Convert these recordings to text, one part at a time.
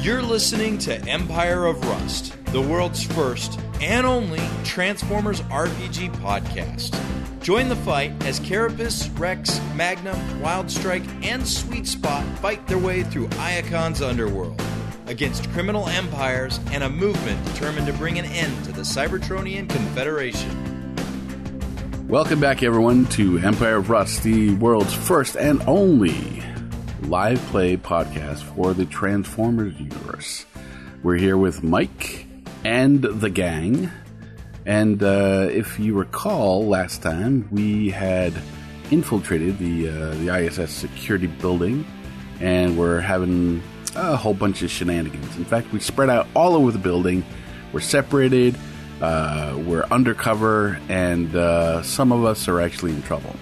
You're listening to Empire of Rust, the world's first and only Transformers RPG podcast. Join the fight as Carapace, Rex, Magnum, Wildstrike, and Sweet Spot fight their way through Iacon's underworld against criminal empires and a movement determined to bring an end to the Cybertronian Confederation. Welcome back, everyone, to Empire of Rust, the world's first and only live play podcast for the Transformers universe. We're here with Mike and the gang. And uh, if you recall, last time we had infiltrated the uh, the ISS security building, and we're having a whole bunch of shenanigans. In fact, we spread out all over the building. We're separated. Uh, we're undercover, and uh, some of us are actually in trouble.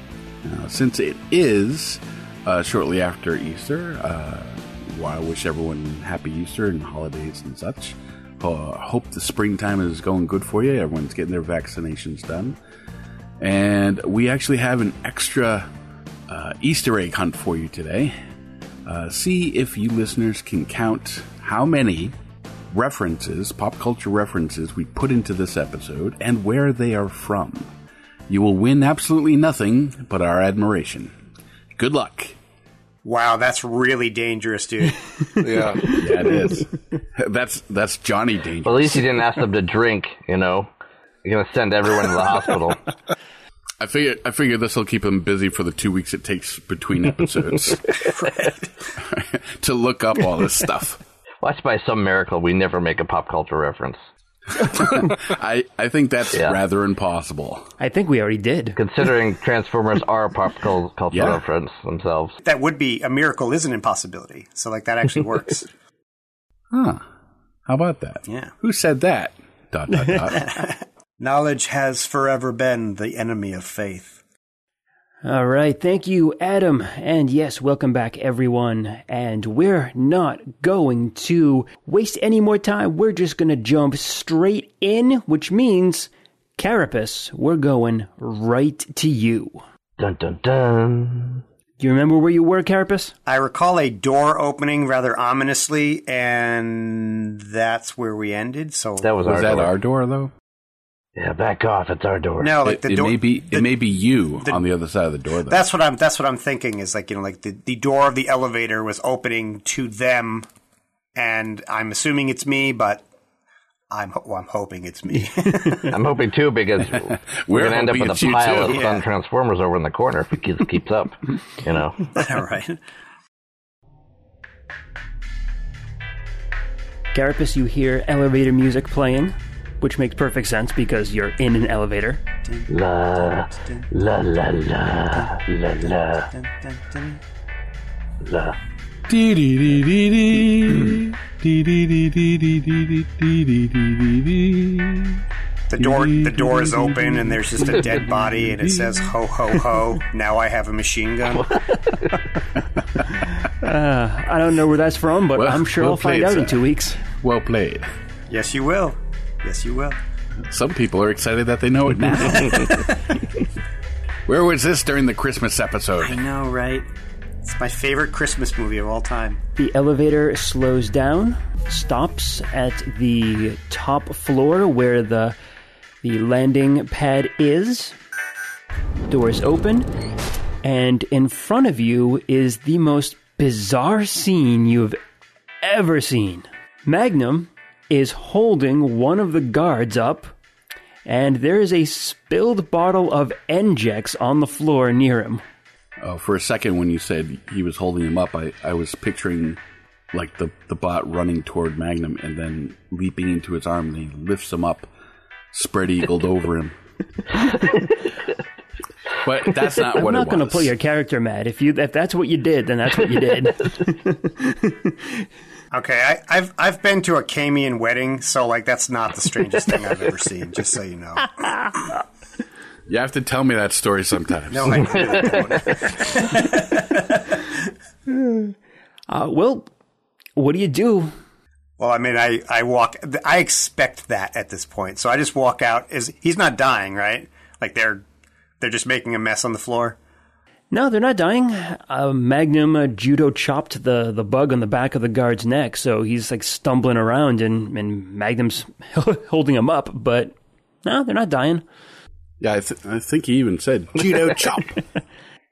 Now, since it is uh, shortly after Easter, uh, well, I wish everyone happy Easter and holidays and such. Uh, hope the springtime is going good for you. Everyone's getting their vaccinations done. And we actually have an extra uh, Easter egg hunt for you today. Uh, see if you listeners can count how many references, pop culture references, we put into this episode and where they are from. You will win absolutely nothing but our admiration. Good luck. Wow, that's really dangerous, dude. Yeah, Yeah. it is. that's that's Johnny Danger. Well, at least you didn't ask them to drink, you know. You're gonna send everyone to the hospital. I figure I figure this will keep him busy for the two weeks it takes between episodes to look up all this stuff. Watch by some miracle we never make a pop culture reference. I, I think that's Yeah. rather impossible. I think we already did. Considering Transformers are a pop cul- culture Yeah. reference themselves. that would be a miracle is an impossibility. So like that actually works. Huh. How about that? Yeah. Who said that? Dot dot dot. Knowledge has forever been the enemy of faith. All right. Thank you, Adam. And yes, welcome back, everyone. And we're not going to waste any more time. We're just going to jump straight in, which means, Carapace, we're going right to you. Dun dun dun. Do you remember where you were, Carapace? I recall a door opening rather ominously, and that's where we ended. So That was, Was our that door. our door though? Yeah, back off. It's our door. no, like it the it door. may be the- it may be you the- on the other side of the door though. that's what I'm. That's what I'm thinking is like you know like the the door of the elevator was opening to them, and I'm assuming it's me, but I'm ho- well, I'm hoping it's me. I'm hoping too because we're gonna end up hoping with it's a you, pile too. of fun Transformers over in the corner if it keeps, keeps up. You know. All right. Carapace, you hear elevator music playing, which makes perfect sense because you're in an elevator. La la la la la la la. The door the door is open and there's just a dead body and it says ho ho ho. Now I have a machine gun. I don't know where that's from, but Well- I'm sure well I'll find played, out in sir. two weeks. Well played. Yes you will. Yes you will. Some people are excited that they know it now. Where was this during the Christmas I episode? know, right? It's my favorite Christmas movie of all time. The elevator slows down, stops at the top floor where the the landing pad is. Doors open, and in front of you is the most bizarre scene you've ever seen. Magnum is holding one of the guards up, and there is a spilled bottle of Enjex on the floor near him. Oh, for a second, when you said he was holding him up, I, I was picturing like the, the bot running toward Magnum and then leaping into his arm, and he lifts him up, spread eagled over him. but that's not I'm what not it going to was. play your character mad. If you if that's what you did, then that's what you did. Okay, I, I've I've been to a Camian wedding, so like that's not the strangest thing I've ever seen, just so you know. You have to tell me that story sometimes. No, I really don't. uh, well, what do you do? Well, I mean I, I walk I expect that at this point. So I just walk out is he's not dying, right? Like they're they're just making a mess on the floor. No, they're not dying. Uh, Magnum uh, judo chopped the, the bug on the back of the guard's neck, so he's like stumbling around, and, and Magnum's holding him up, but no, they're not dying. Yeah, I, th- I think he even said Judo chop.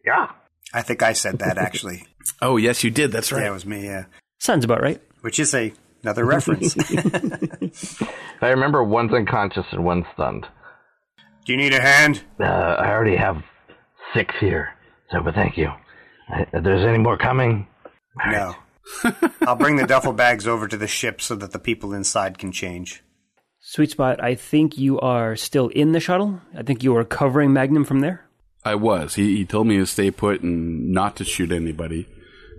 Yeah. I think I said that actually. Oh, yes, you did. That's yeah, it right. was me. Yeah, Sounds about right. which is a another reference. Do I remember one's unconscious and one's stunned. you need a hand? Uh, I already have six here, so but thank you. I, if there's any more coming, No. I'll bring the duffel bags over to the ship so that the people inside can change. Sweet spot. I think you are still in the shuttle. I think you are covering Magnum from there. I was. He, he told me to stay put and not to shoot anybody,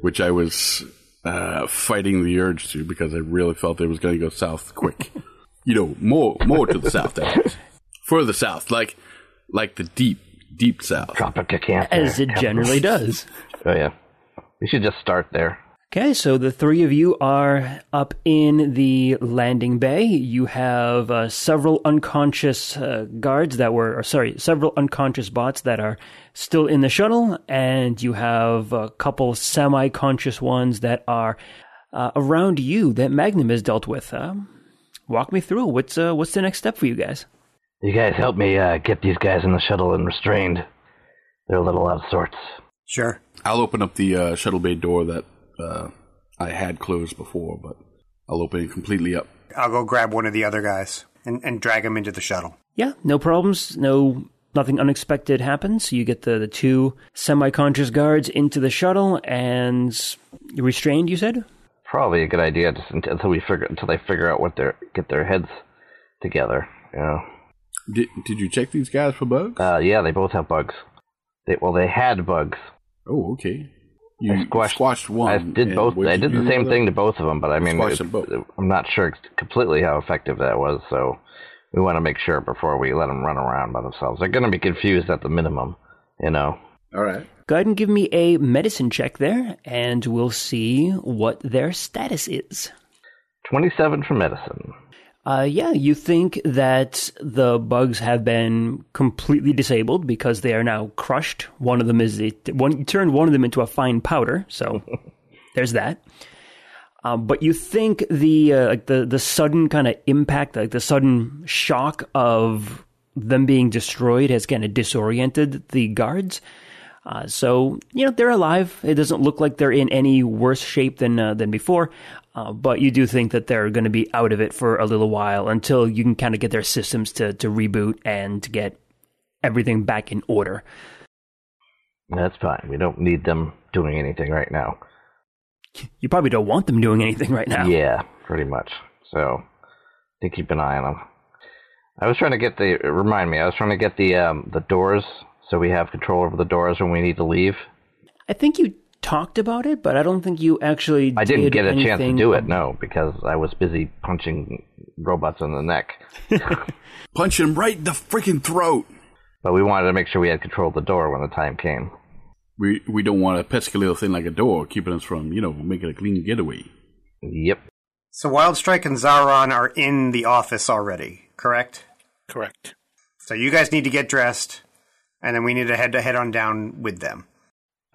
which I was uh, fighting the urge to because I really felt it was going to go south quick. you know, more more to the south, that is. further south, like like the deep deep south. Tropic of Cancer. As it generally does. Oh yeah. We should just start there. Okay, so the three of you are up in the landing bay. You have uh, several unconscious uh, guards that were, or sorry, several unconscious bots that are still in the shuttle, and you have a couple semi conscious ones that are uh, around you that Magnum has dealt with. Um, walk me through what's uh, what's the next step for you guys? You guys help me uh, get these guys in the shuttle and restrained. They're a little out of sorts. Sure. I'll open up the uh, shuttle bay door that uh, I had closed before, but I'll open it completely up. I'll go grab one of the other guys and, and drag him into the shuttle. Yeah, no problems. No, nothing unexpected happens. You get the, the two semi conscious guards into the shuttle and you're restrained, you said? Probably a good idea just unt- until we figure until they figure out what their get their heads together. You know. Did, did you check these guys for bugs? Uh, yeah, they both have bugs. They, well, they had bugs. oh, okay. You I squashed, squashed, one. I did and both. what I you did the do same with thing it? to both of them, but I mean, Squashed them it's- both. I'm not sure ex- completely how effective that was. So we want to make sure before we let them run around by themselves. They're going to be confused at the minimum, you know. All right. Go ahead and give me a medicine check there, and we'll see what their status is. Twenty-seven for medicine. Uh, yeah, you think that the bugs have been completely disabled because they are now crushed. One of them is one you turned one of them into a fine powder, so there's that. Um, but you think the uh, like the the sudden kind of impact, like the sudden shock of them being destroyed, has kind of disoriented the guards. Uh, so you know they're alive. It doesn't look like they're in any worse shape than uh, than before, uh, but you do think that they're going to be out of it for a little while until you can kind of get their systems to to reboot and to get everything back in order. That's fine. We don't need them doing anything right now. You probably don't want them doing anything right now. Yeah, pretty much. So, to keep an eye on them. I was trying to get the remind me. I was trying to get the um, the doors, so we have control over the doors when we need to leave. I think you talked about it, but I don't think you actually. I didn't did get a chance to anything do it, ab- no, because I was busy punching robots in the neck. Punch him right in the freaking throat. But we wanted to make sure we had control of the door when the time came. We we don't want a pesky little thing like a door keeping us from you know making a clean getaway. Yep. So Wildstrike and Zaron are in the office already, correct? Correct. So you guys need to get dressed, and then we need to head to head on down with them.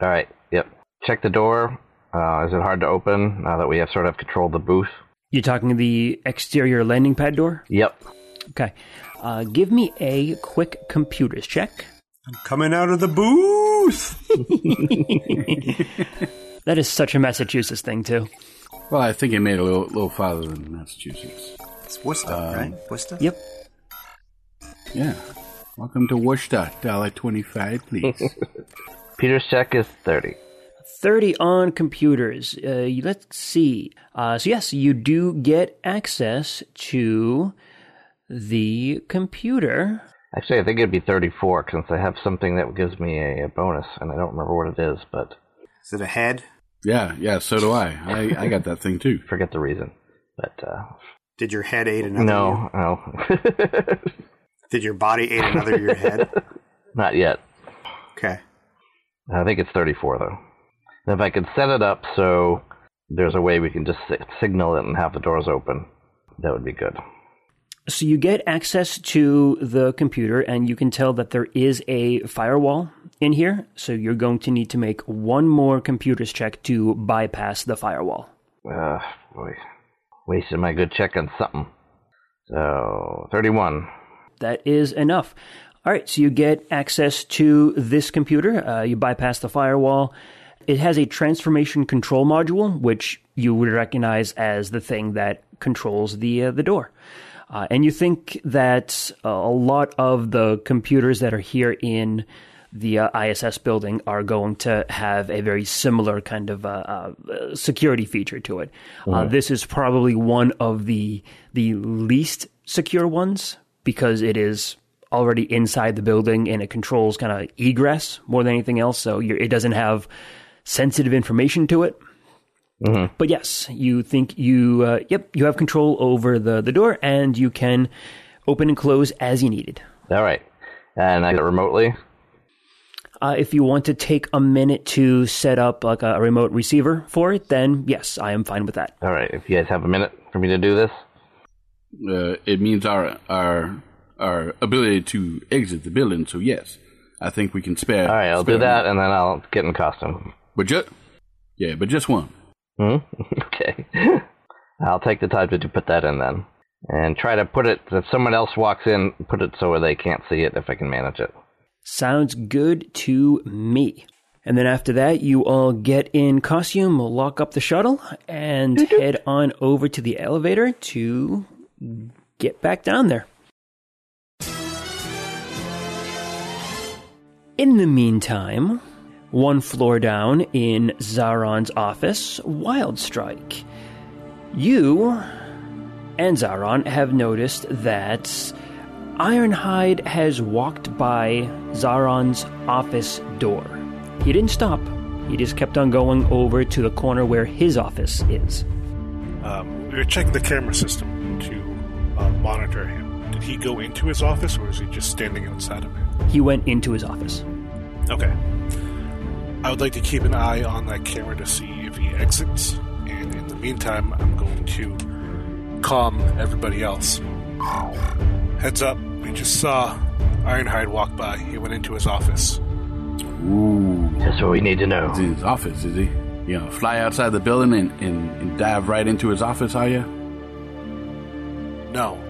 All right. Yep. Check the door. Uh, is it hard to open now that we have sort of control of the booth? You're talking the exterior landing pad door. Yep. Okay, uh, give me a quick computers check. I'm coming out of the booth. That is such a Massachusetts thing too. Well, I think it made it a little, little farther than Massachusetts. It's Worcester, right? Worcester. Yep. Yeah. Welcome to Worcester. Dollar twenty five, please. Peter's check is 30. 30 on computers. Uh, let's see. Uh, so, yes, you do get access to the computer. Actually, I think it'd be 34 since I have something that gives me a, a bonus, and I don't remember what it is, but Is it a head? yeah, yeah. So do I. I. I got that thing too. forget the reason. But uh, Did your head aid another? you? no, no, Did your body aid another your head? not yet. Okay. I think it's 34 though. And if I could set it up so there's a way we can just si- signal it and have the doors open, that would be good. So you get access to the computer and you can tell that there is a firewall in here. So you're going to need to make one more computer's check to bypass the firewall. Uh, boy. Wasted my good check on something. So, 31. That is enough. All right, so you get access to this computer. Uh, you bypass the firewall. It has a transformation control module, which you would recognize as the thing that controls the uh, the door. Uh, and you think that uh, a lot of the computers that are here in the uh, ISS building are going to have a very similar kind of uh, uh, security feature to it. Uh, this is probably one of the the least secure ones because it is already inside the building and it controls kind of egress more than anything else. So you're, it doesn't have sensitive information to it. But yes, you think you uh, yep you have control over the the door and you can open and close as you needed. All right. And I got it remotely. Uh, if you want to take a minute to set up like a, a remote receiver for it, then yes, I am fine with that. All right. If you guys have a minute for me to do this. Uh, it means our our our ability to exit the building. So yes, I think we can spare. All right. I'll do that and then I'll get in costume. But just yeah, but just one. Hmm? okay. I'll take the time to, to put that in then. And try to put it, if someone else walks in, put it so they can't see it if I can manage it. Sounds good to me. And then after that, you all get in costume, lock up the shuttle, and head on over to the elevator to get back down there. In the meantime, one floor down in Zaron's office, Wild Strike. You and Zaron have noticed that Ironhide has walked by Zaron's office door. He didn't stop, he just kept on going over to the corner where his office is. Um, we were checking the camera system to uh, monitor him. Did he go into his office, or is he just standing outside of it? He went into his office. Okay. I would like to keep an eye on that camera to see if he exits, and in the meantime, I'm going to calm everybody else. Heads up! We just saw Ironhide walk by. He went into his office. Ooh, That's what we need to know. it's in his office, is he? You know, fly outside the building and, and, and dive right into his office, are you? No,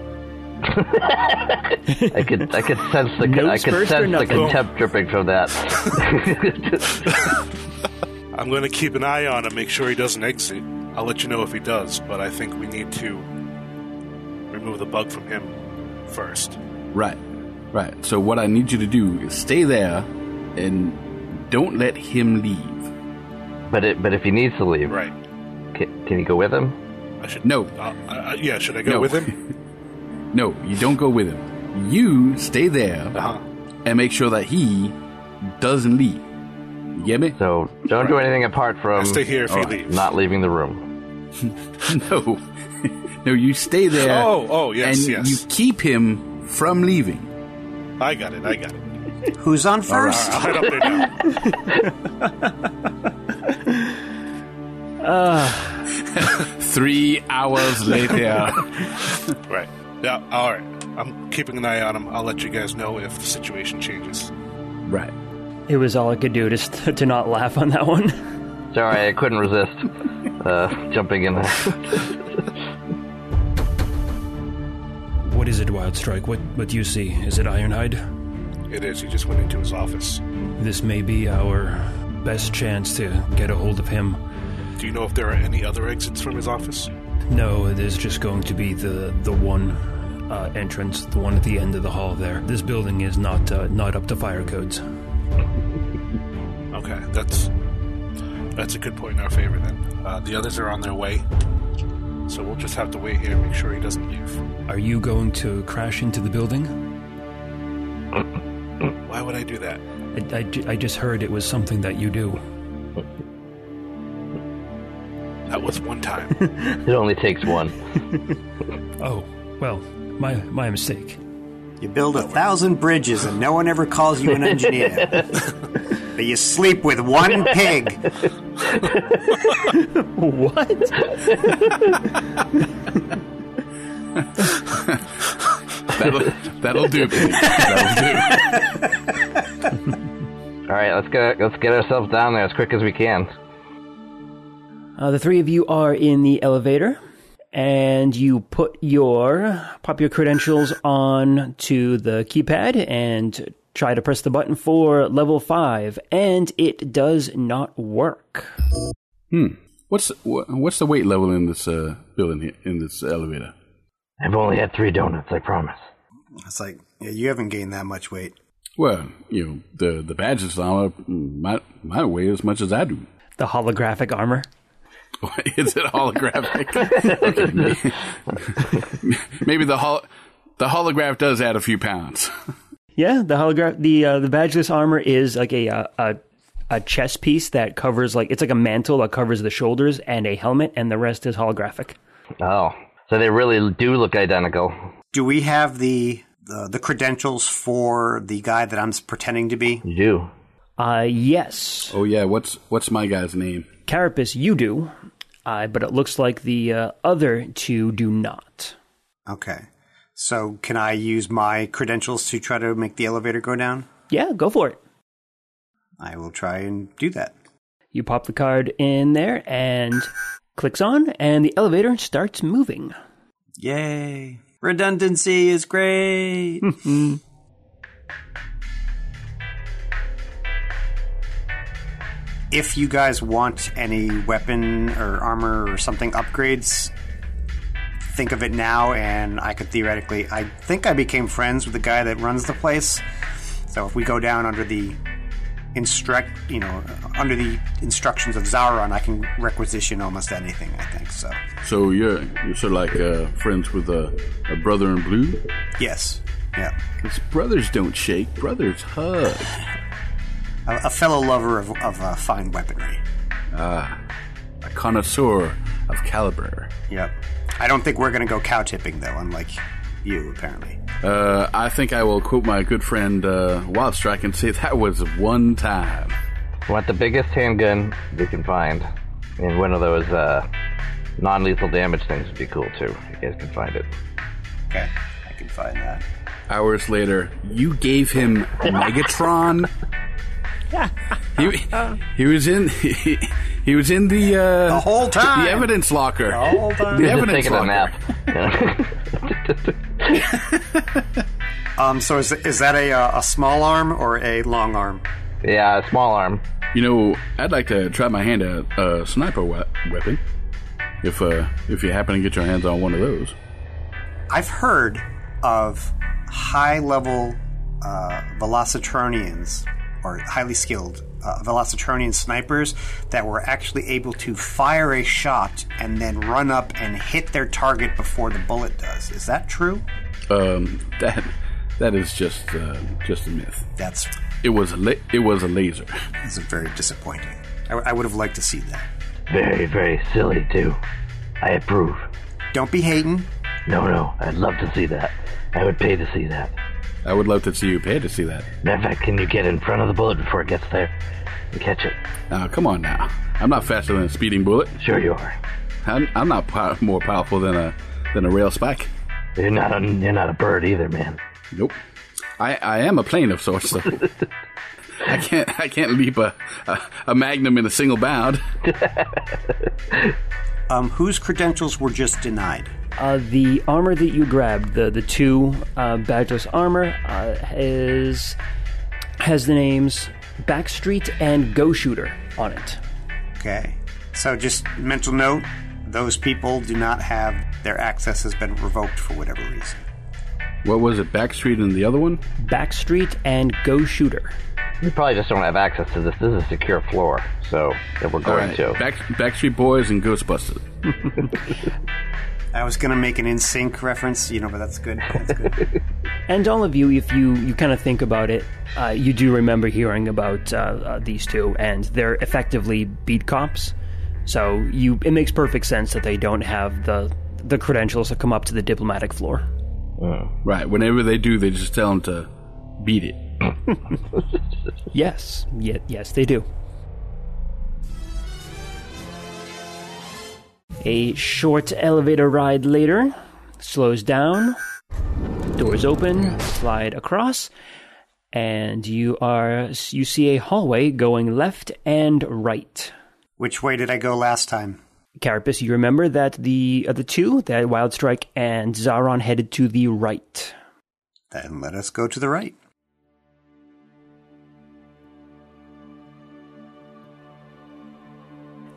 I could, I could sense the, Notes I could first or sense the nothing? contempt dripping from that. I'm going to keep an eye on him, make sure he doesn't exit. I'll let you know if he does, but I think we need to remove the bug from him first. Right, right. So what I need you to do is stay there and don't let him leave. but it, but if he needs to leave, Right. can, can you go with him? I should. No. Uh, I, I- yeah, should I go No. with him? No, you don't go with him. You stay there Uh-huh. and make sure that he doesn't leave. You get me? So don't do anything apart from I stay here if he leaves. not leaving the room. No, no, you stay there. Oh, oh, yes, and yes. you keep him from leaving. I got it. I got it. Who's on first? I'll head up there now. Three hours later. Right. Yeah. All right. I'm keeping an eye on him. I'll let you guys know if the situation changes. right. It was all I could do just to not laugh on that one. Sorry, I couldn't resist uh, jumping in. What is it, Wild Strike? What what do you see? Is it Ironhide? It is. He just went into his office. This may be our best chance to get a hold of him. Do you know if there are any other exits from his office? No, it is just going to be the the one uh, entrance, the one at the end of the hall. There, this building is not uh, not up to fire codes. Okay, that's that's a good point in our favor then. Uh, the others are on their way, so we'll just have to wait here and make sure he doesn't leave. Are you going to crash into the building? Why would I do that? I, I ju- I just heard it was something that you do. That was one time. It only takes one. Oh, well, my my mistake. You build a thousand bridges and no one ever calls you an engineer. but you sleep with one pig. What? That'll, that'll do, Pete. That'll do. All right, let's get let's get ourselves down there as quick as we can. Uh, the three of you are in the elevator, and you put your pop your credentials on to the keypad and try to press the button for level five, and it does not work. What's wha- what's the weight level in this uh, building here, in this elevator? I've only had three donuts, I promise. It's like, yeah, you haven't gained that much weight. Well, you know the the badges armor might might weigh as much as I do. The holographic armor. Is it holographic? okay, maybe, maybe the hol- the holograph does add a few pounds. Yeah, the holograph, the uh, the badgeless armor is like a, uh, a a chest piece that covers like it's like a mantle that covers the shoulders and a helmet, and the rest is holographic. Oh, so they really do look identical. Do we have the the, the credentials for the guy that I'm s- pretending to be? You do. Uh, yes, Oh yeah, what's what's my guy's name? Carapace, you do, uh, but it looks like the uh, other two do not. Okay. So can I use my credentials to try to make the elevator go down? Yeah, go for it. I will try and do that. You pop the card in there and clicks on, and the elevator starts moving. Yay. Redundancy is great. if you guys want any weapon or armor or something upgrades, think of it now and I could theoretically I think I became friends with the guy that runs the place. So if we go down under the instruct, you know, under the instructions of Zaron, I can requisition almost anything, I think. So, So you're you're sort of like uh, friends with a, a brother in blue. yes. Yeah. 'Cause brothers don't shake, brothers hug. a, a fellow lover of, of uh, fine weaponry. A connoisseur of caliber. Yep. I don't think we're going to go cow tipping, though, unlike you, apparently. Uh, I think I will quote my good friend uh, Wildstrike and say that was one time. Want the biggest handgun we can find, and one of those uh, non-lethal damage things would be cool too. If you guys can find it. Okay. I can find that. Hours later, you gave him Megatron. he, he was in he, he was in the uh, The whole time. the evidence locker. whole time. The Just evidence taking a locker. nap. Um, so is, is that a, uh, a small arm or a long arm? yeah, small arm. You know, I'd like to try my hand at a sniper we- weapon. If uh, if you happen to get your hands on one of those, I've heard of high level uh, velocitronians or highly skilled uh, velocitronian snipers that were actually able to fire a shot and then run up and hit their target before the bullet does. Is that true? um, that that is just uh, just a myth. That's It was a la- it was a laser. This is very disappointing. I, I would have liked to see that. Very, very silly too. I approve. Don't be hating. No, no, I'd love to see that. I would pay to see that. I would love to see you pay to see that. Matter of fact, can you get in front of the bullet before it gets there and catch it? Now, come on now. I'm not faster than a speeding bullet. Sure you are. I'm, I'm not pow- more powerful than a than a rail spike. You're not a you're not a bird either, man. Nope. I, I am a plane of sorts though. I can't I can't leap a, a a magnum in a single bound. Um, whose credentials were just denied? Uh, the armor that you grabbed, the the two uh, badgeless armor, uh, is has the names Backstreet and Go Shooter on it. Okay. So just mental note: those people do not have their access has been revoked for whatever reason. What was it? Backstreet and the other one? Backstreet and Go Shooter. You probably just don't have access to this. This is a secure floor, so that we're going to. Back, Backstreet Boys and Ghostbusters. I was gonna make an in sync reference, you know, but that's good. That's good. And all of you, if you, you kind of think about it, uh, you do remember hearing about uh, uh, these two, and they're effectively beat cops. So you, it makes perfect sense that they don't have the the credentials to come up to the diplomatic floor. Right. Whenever they do, they just tell them to beat it. Yes, ye- yes, they do. A short elevator ride later slows down. Doors open, slide across, and you are you see a hallway going left and right. Which way did I go last time? Carapace, you remember that the other two, that Wild Strike and Zaron, headed to the right. Then let us go to the right.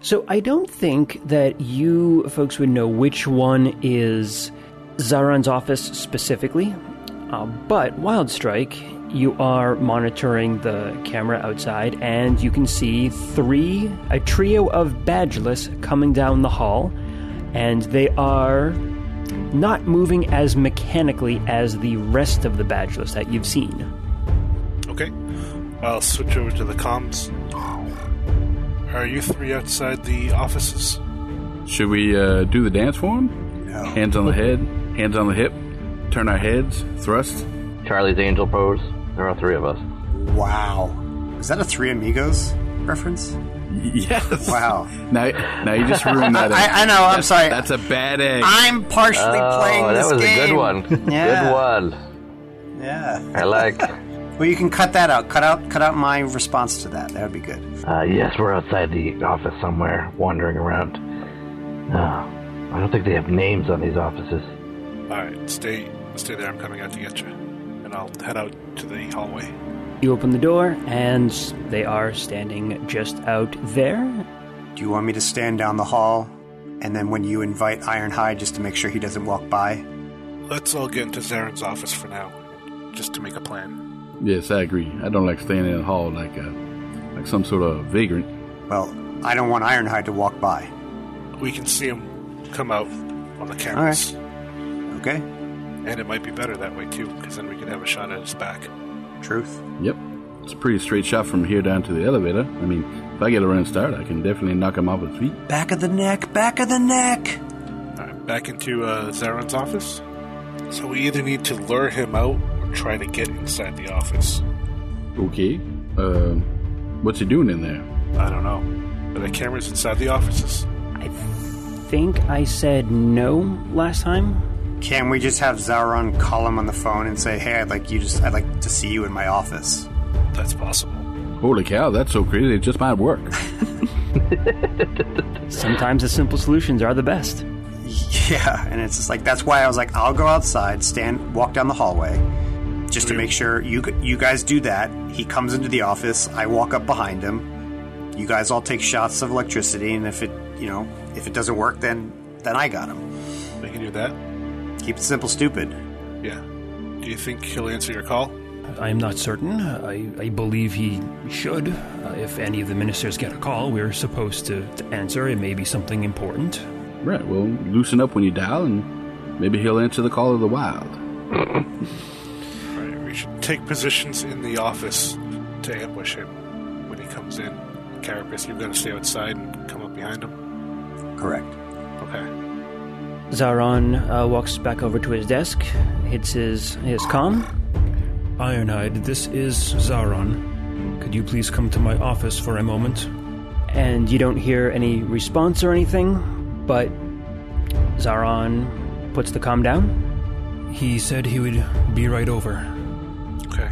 So I don't think that you folks would know which one is Zaron's office specifically, uh, but Wild Strike, you are monitoring the camera outside, and you can see three a trio of badgeless coming down the hall, and they are not moving as mechanically as the rest of the badgeless that you've seen. Okay. I'll switch over to the comms. Are you three outside the offices? Should we uh, do the dance for him? No. Hands on the head, hands on the hip, turn our heads, thrust. Charlie's Angel pose. There are three of us. Wow. Is that a Three Amigos reference? Y- Yes. Wow. Now, now you just ruined that. egg. I, I know. Oh, I'm sorry. That's a bad egg. I'm partially playing Oh, this that was game. a good one. Yeah. Good one. Yeah. I like. uh, Well, you can cut that out. Cut out. Cut out my response to that. That would be good. Uh, yes, we're outside the office somewhere, wandering around. Uh, I don't think they have names on these offices. Alright, stay stay there. I'm coming out to get you. And I'll head out to the hallway. You open the door, and they are standing just out there. Do you want me to stand down the hall, and then when you invite Ironhide, just to make sure he doesn't walk by? Let's all get into Zaren's office for now, just to make a plan. Yes, I agree. I don't like standing in the hall like a, like some sort of vagrant. Well, I don't want Ironhide to walk by. We can see him come out on the cameras. Okay. And it might be better that way, too, because then we can have a shot at his back. Truth. Yep. It's a pretty straight shot from here down to the elevator. I mean, if I get a run start, I can definitely knock him off his feet. Back of the neck. Back of the neck. All right, back into uh, Zaren's office. So we either need to lure him out or try to get inside the office. Okay. Uh, what's he doing in there? I don't know. Are the cameras inside the offices? I think I said no last time. Can we just have Zaron call him on the phone and say, "Hey, I'd like you just. I'd like to see you in my office." That's possible. Holy cow, that's so crazy. It just might work. Sometimes the simple solutions are the best. Yeah, and it's just like that's why I was like, I'll go outside, stand, walk down the hallway, just to make sure you g- you guys do that. He comes into the office, I walk up behind him. You guys all take shots of electricity, and if it you know if it doesn't work, then then I got him. We can do that? Keep it simple, stupid. Yeah. Do you think he'll answer your call? I'm not certain. I, I believe he should. Uh, if any of the ministers get a call, we're supposed to, to answer. It may be something important. Right, well, loosen up when you dial, and maybe he'll answer the call of the wild. All right, we should take positions in the office to ambush him when he comes in. Carapace, you're going to stay outside and come up behind him? Correct. Okay. Zaron uh, walks back over to his desk, hits his, his comm. Ironhide, this is Zaron. Could you please come to my office for a moment? and you don't hear any response or anything, but Zaron puts the comm down. He said he would be right over. Okay.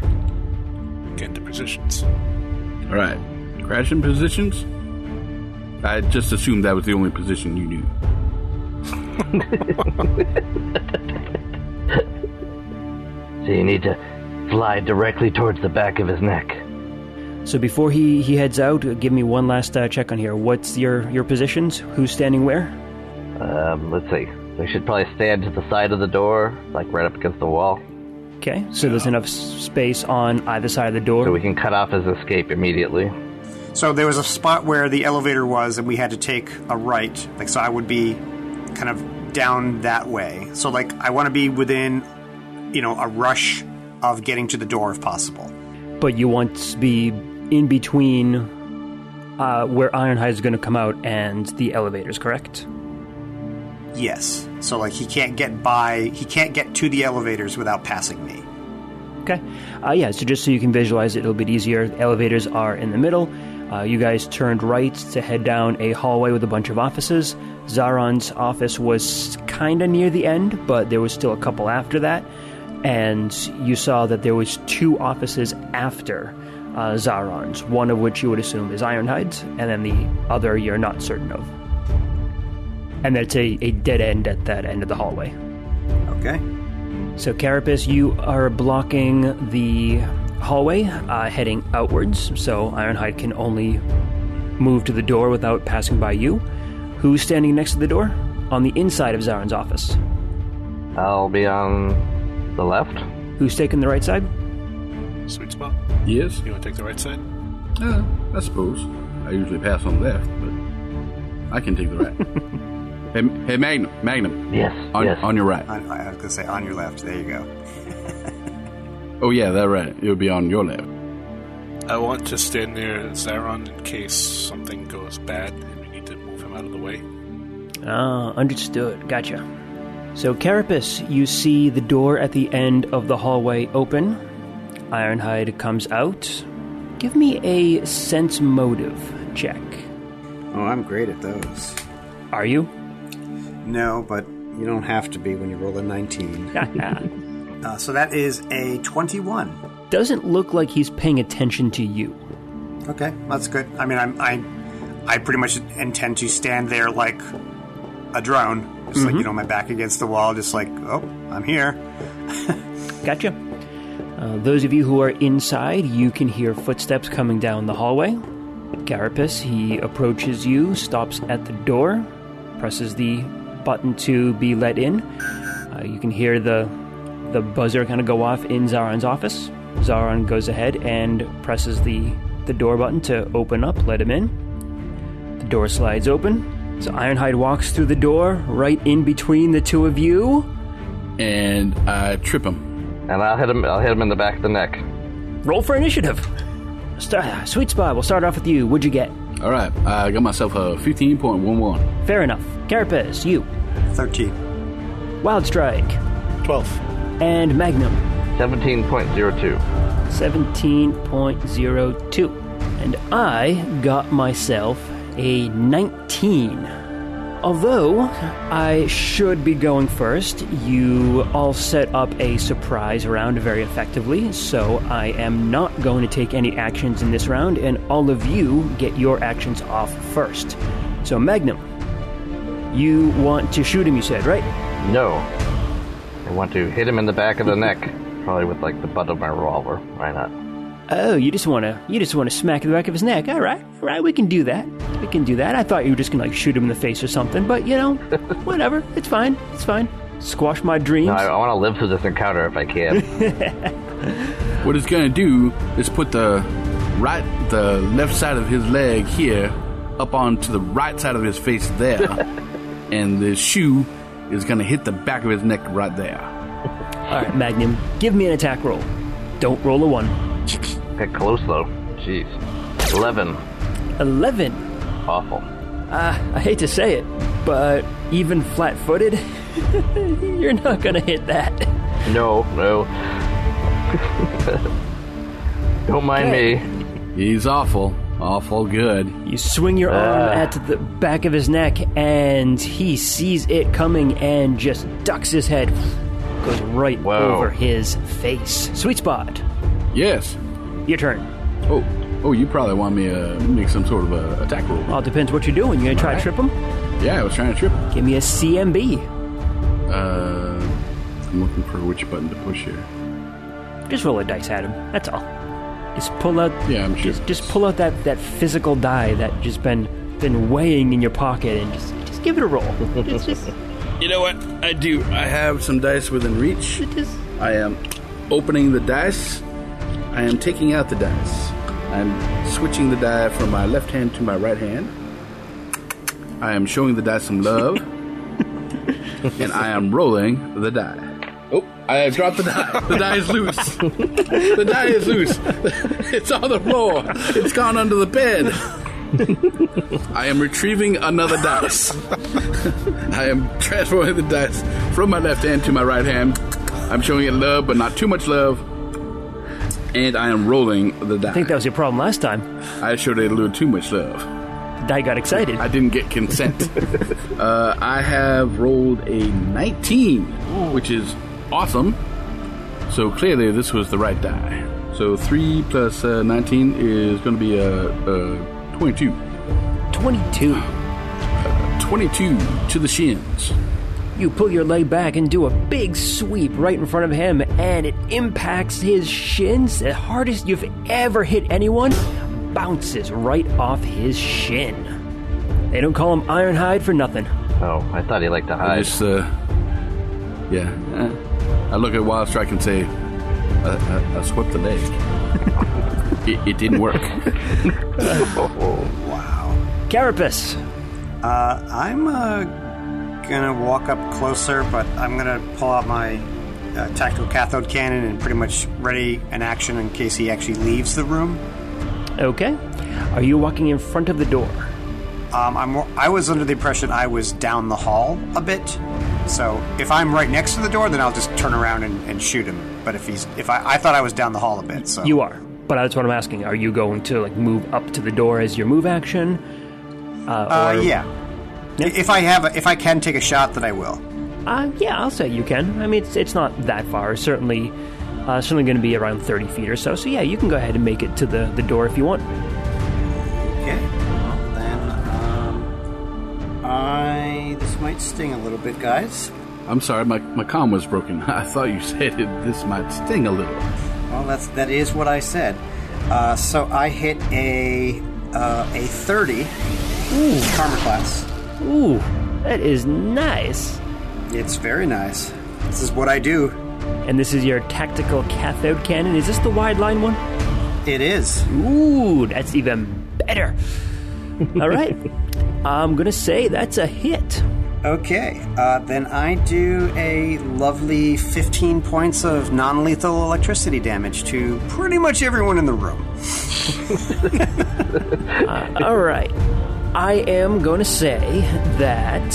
Get into positions. All right. Crashing positions? I just assumed that was the only position you knew. So you need to fly directly towards the back of his neck. So before he, he heads out, uh, give me one last uh, check on here. What's your, your positions? Who's standing where? Um, let's see. We should probably stand to the side of the door, like right up against the wall, Okay, so there's enough s- space on either side of the door. so we can cut off his escape immediately. So there was a spot where the elevator was, and we had to take a right. Like so, I would be kind of down that way. So like I want to be within, you know, a rush of getting to the door if possible. but you want to be in between uh, where Ironhide is going to come out and the elevators, correct? Yes. So like he can't get by, he can't get to the elevators without passing me. Okay. Uh, yeah, so just so you can visualize it a little bit easier, the elevators are in the middle. Uh, you guys turned right to head down a hallway with a bunch of offices. Zaron's office was kind of near the end, but there was still a couple after that. and you saw that there was two offices after uh, Zaron's, one of which you would assume is Ironhide's, and then the other you're not certain of. And that's a, a dead end at that end of the hallway. Okay. So, Carapace, you are blocking the hallway uh, heading outwards, so Ironhide can only move to the door without passing by you. Who's standing next to the door? On the inside of Zaron's office. I'll be on the left. Who's taking the right side? Sweet spot. Yes. You want to take the right side? Uh, I suppose. I usually pass on the left, but I can take the right. hey, hey, Magnum, Magnum, Yes. on, yes. on your right. On, I was going to say on your left. There you go. Oh yeah, that right. It would be on your left. I want to stand near Zaron in case something goes bad and we need to move him out of the way. Ah, understood. Gotcha. So, Carapace, you see the door at the end of the hallway open. Ironhide comes out. Give me a sense motive check. Oh, I'm great at those. Are you? No, but you don't have to be when you roll a 19. Uh, so that is a 21. Doesn't look like he's paying attention to you. Okay, that's good. I mean, I'm, I, I pretty much intend to stand there like a drone, just like you know, my back against the wall, just like oh, I'm here. Gotcha. Uh, those of you who are inside, you can hear footsteps coming down the hallway. Carapace, he approaches you, stops at the door, presses the button to be let in. Uh, you can hear the the buzzer kind of go off in Zaron's office. Zaron goes ahead and presses the the door button to open up, let him in. The door slides open. So Ironhide walks through the door, right in between the two of you. And I trip him. And I'll hit him. I'll hit him in the back of the neck. Roll for initiative. Star- uh, sweet spot. We'll start off with you. What'd you get? All right, I got myself a fifteen point one one. Fair enough. Carapace, you. Thirteen. Wild Strike. 12. And Magnum. Seventeen point zero two. 17.02. And I got myself a 19. Although I should be going first, you all set up a surprise round very effectively, so I am not going to take any actions in this round, and all of you get your actions off first. So, Magnum, you want to shoot him, you said, right? No. I want to hit him in the back of the neck, probably with like the butt of my revolver. Why not? Oh, you just wanna you just wanna smack the back of his neck. All right, all right, we can do that. We can do that. I thought you were just gonna like shoot him in the face or something, but you know, whatever. It's fine. It's fine. Squash my dreams. No, I, I want to live through this encounter if I can. What it's gonna do is put the right, the left side of his leg here up onto the right side of his face there, and the shoe is gonna hit the back of his neck right there. all right, Magnum, give me an attack roll. Don't roll a one. Get close though. Jeez. Eleven. Eleven. Awful. I hate to say it, but even flat-footed, you're not gonna hit that. No, no. Don't mind me. He's awful, awful good. You swing your Ah. arm at the back of his neck, and he sees it coming and just ducks his head. Goes right Whoa. over his face. Sweet spot. Yes. Your turn. Oh, oh, you probably want me to make some sort of a attack roll. All depends what you're doing. You gonna try to Alright. trip him? Yeah, I was trying to trip. him. Give me a CMB. Uh, I'm looking for which button to push here. Just roll a dice at him. That's all. Just pull out. Yeah, I'm sure. Just, just pull out that, that physical die that just been been weighing in your pocket, and just just give it a roll. just, just, You know what? I do. I have some dice within reach. I am opening the dice. I am taking out the dice. I'm switching the die from my left hand to my right hand. I am showing the die some love. and I am rolling the die. Oh, I have dropped the die. The die is loose. the die is loose. It's on the floor. It's gone under the bed. I am retrieving another dice. I am transferring the dice from my left hand to my right hand. I'm showing it love, but not too much love. And I am rolling the die. I think that was your problem last time. I showed it a little too much love. The die got excited. I didn't get consent. uh, I have rolled a 19, which is awesome. So clearly, this was the right die. So 3 plus uh, 19 is going to be uh, a, a 22. 22. 22 Uh, to the shins. You pull your leg back and do a big sweep right in front of him, and it impacts his shins. The hardest you've ever hit anyone bounces right off his shin. They don't call him Ironhide for nothing. Oh, I thought he liked to I hide. just, uh, yeah. eh. I look at Wild Strike and say, I, I, I swept the leg. it, it didn't work. Carapace! Uh, I'm uh, gonna walk up closer, but I'm gonna pull out my uh, tactical cathode cannon and pretty much ready an action in case he actually leaves the room. Okay. Are you walking in front of the door? Um, I'm, I was under the impression I was down the hall a bit, so if I'm right next to the door, then I'll just turn around and, and shoot him. But if he's if I, I thought I was down the hall a bit, so You are. But that's what I'm asking. Are you going to like move up to the door as your move action? uh, yeah. If I have a, if I can take a shot, then I will. Uh, yeah, I'll say you can. I mean, it's, it's not that far. Certainly, uh, certainly going to be around 30 feet or so. So yeah, you can go ahead and make it to the, the door if you want. Okay. Well, then, um, I. This might sting a little bit, guys. I'm sorry, my, my comm was broken. I thought you said it, this might sting a little. Well, that's that is what I said. Uh, so I hit a uh, a thirty. Ooh. Karma class. Ooh, that is nice. It's very nice. This is what I do. And this is your tactical cathode cannon. Is this the wide line one? It is. Ooh, that's even better. All right, I'm gonna say that's a hit. Okay. Uh, then I do a lovely fifteen points of non-lethal electricity damage to pretty much everyone in the room. All right. I am going to say that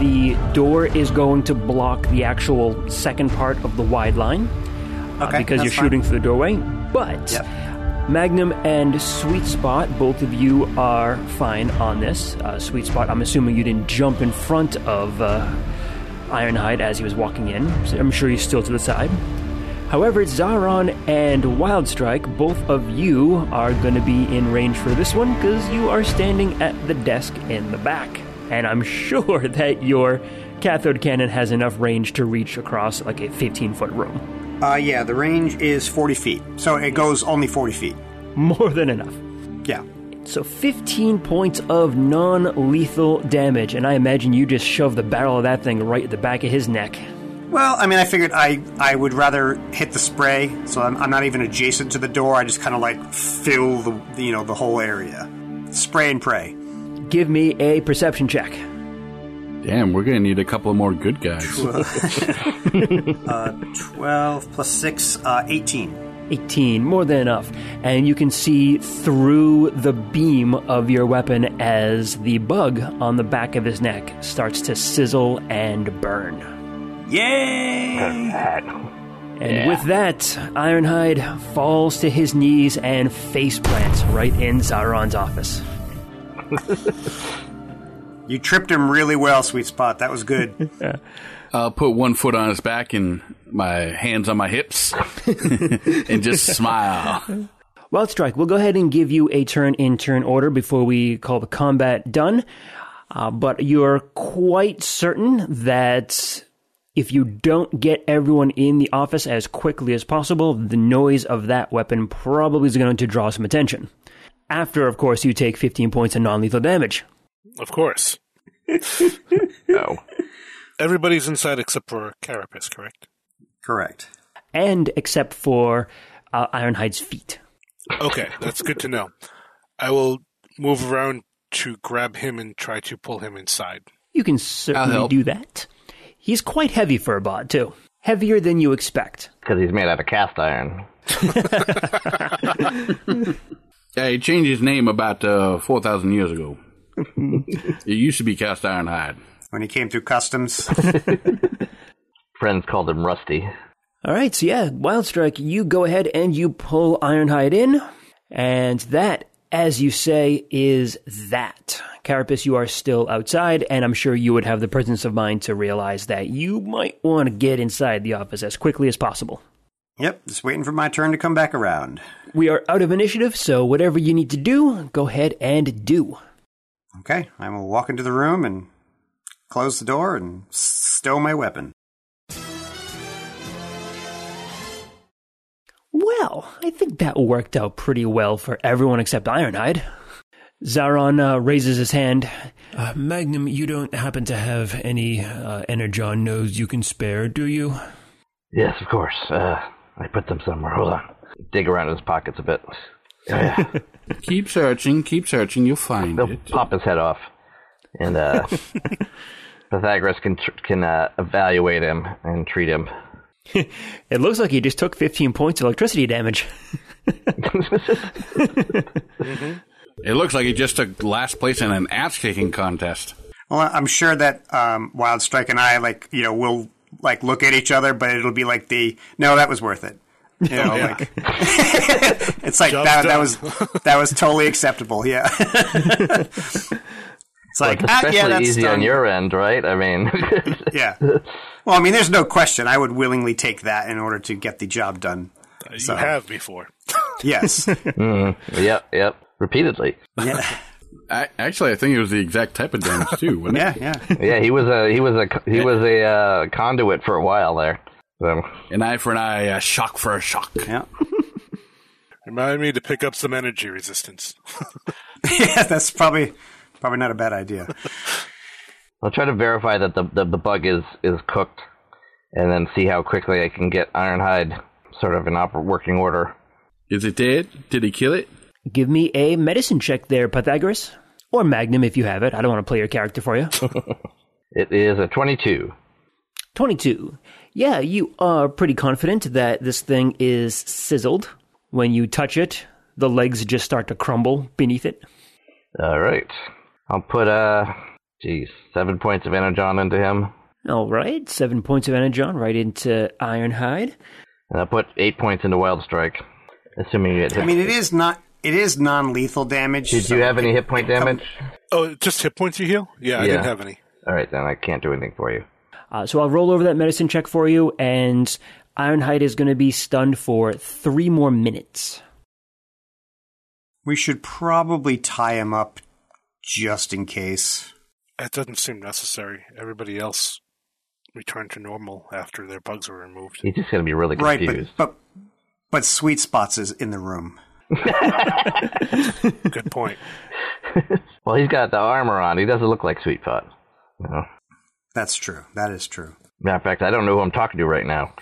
the door is going to block the actual second part of the wide line uh, Okay, because that's you're fine. shooting through the doorway. But Yep. Magnum and Sweet Spot, both of you are fine on this. Uh, Sweet Spot, I'm assuming you didn't jump in front of uh, Ironhide as he was walking in. So I'm sure he's still to the side. However, Zaron and Wildstrike, both of you are going to be in range for this one because you are standing at the desk in the back. And I'm sure that your cathode cannon has enough range to reach across like a 15 foot room. Uh, yeah. The range is forty feet, so it goes only forty feet. More than enough. Yeah. So 15 points of non lethal damage, and I imagine you just shove the barrel of that thing right at the back of his neck. Well, I mean, I figured I I would rather hit the spray, so I'm, I'm not even adjacent to the door. I just kind of like fill the you know the whole area, spray and pray. Give me a perception check. Damn, we're going to need a couple more good guys. Twelve plus six, uh, eighteen. 18, more than enough. And you can see through the beam of your weapon as the bug on the back of his neck starts to sizzle and burn. Yay! And with that, Ironhide falls to his knees and face plants right in Sauron's office. You tripped him really well, sweet spot. That was good. I'll put one foot on his back and my hands on my hips and just smile. Wild Strike, we'll go ahead and give you a turn in turn order before we call the combat done. Uh, but you're quite certain that if you don't get everyone in the office as quickly as possible, the noise of that weapon probably is going to draw some attention. After, of course, you take 15 points of non lethal damage. Of course. No. Everybody's inside except for Carapace, correct? Correct. And except for uh, Ironhide's feet. Okay, that's good to know. I will move around to grab him and try to pull him inside. You can I'll certainly help. do that. He's quite heavy for a bot, too. Heavier than you expect. Because he's made out of cast iron. Yeah, he changed his name about uh, 4,000 years ago. it used to be cast iron hide. When he came through customs, Friends called him Rusty. All right, so yeah, Wildstrike, you go ahead and you pull Ironhide in, and that, as you say, is that. Carapace, you are still outside, and I'm sure you would have the presence of mind to realize that you might want to get inside the office as quickly as possible. Yep, just waiting for my turn to come back around. We are out of initiative, so whatever you need to do, go ahead and do. Okay, I will walk into the room and close the door and stow my weapon. Well, I think that worked out pretty well for everyone except Ironhide. Zaron uh, raises his hand. Uh, Magnum, you don't happen to have any uh, energon nodes you can spare, do you? Yes, of course. Uh, I put them somewhere. Hold on. Dig around in his pockets a bit. Oh, yeah. Keep searching, keep searching, you'll find They'll it. pop his head off, and uh, Pythagoras can tr- can uh, evaluate him and treat him. It looks like he just took 15 points of electricity damage. Ah, It looks like he just took last place in an ass kicking contest. Well, I'm sure that um, Wild Strike and I, like, you know, will like look at each other, but it'll be like the no, that was worth it. You know, like it's like that, that was that was totally acceptable. Yeah, it's like ah, Especially yeah, that's easy on done. your end, right? I mean, yeah. Well, I mean, there's no question. I would willingly take that in order to get the job done. You So- have before. Yes. yep, yep. Repeatedly. yeah. I, actually, I think it was the exact type of damage too. Wasn't Yeah. Yeah. Yeah, he was a he was a he was a uh, conduit for a while there. So it? An eye for an eye, a shock for a shock. Yeah. Remind me to pick up some energy resistance. yeah, that's probably probably not a bad idea. I'll try to verify that the, the the bug is is cooked, and then see how quickly I can get Ironhide sort of in oper- working order. Is it dead? Did he kill it? Give me a medicine check there, Pythagoras. Or Magnum if you have it. I don't want to play your character for you. It is a twenty-two. 22. Yeah, you are pretty confident that this thing is sizzled. When you touch it, the legs just start to crumble beneath it. All right. I'll put, uh, geez, seven points of energon into him. All right, seven points of energon right into Ironhide. And I'll put eight points into Wild Strike. Assuming you get hit. I mean, it is not it is non-lethal damage. Did you have any hit point damage? oh, just hit points you heal? Yeah, I Yeah. didn't have any. All right, then I can't do anything for you. Uh, so I'll roll over that medicine check for you, and Ironhide is going to be stunned for three more minutes. We should probably tie him up just in case. That doesn't seem necessary. Everybody else returned to normal after their bugs were removed. He's just going to be really Right, confused. but, but but sweet spots is in the room. Good point. well, he's got the armor on. He doesn't look like Sweet Pot. No. That's true. That is true. Matter of fact, I don't know who I'm talking to right now.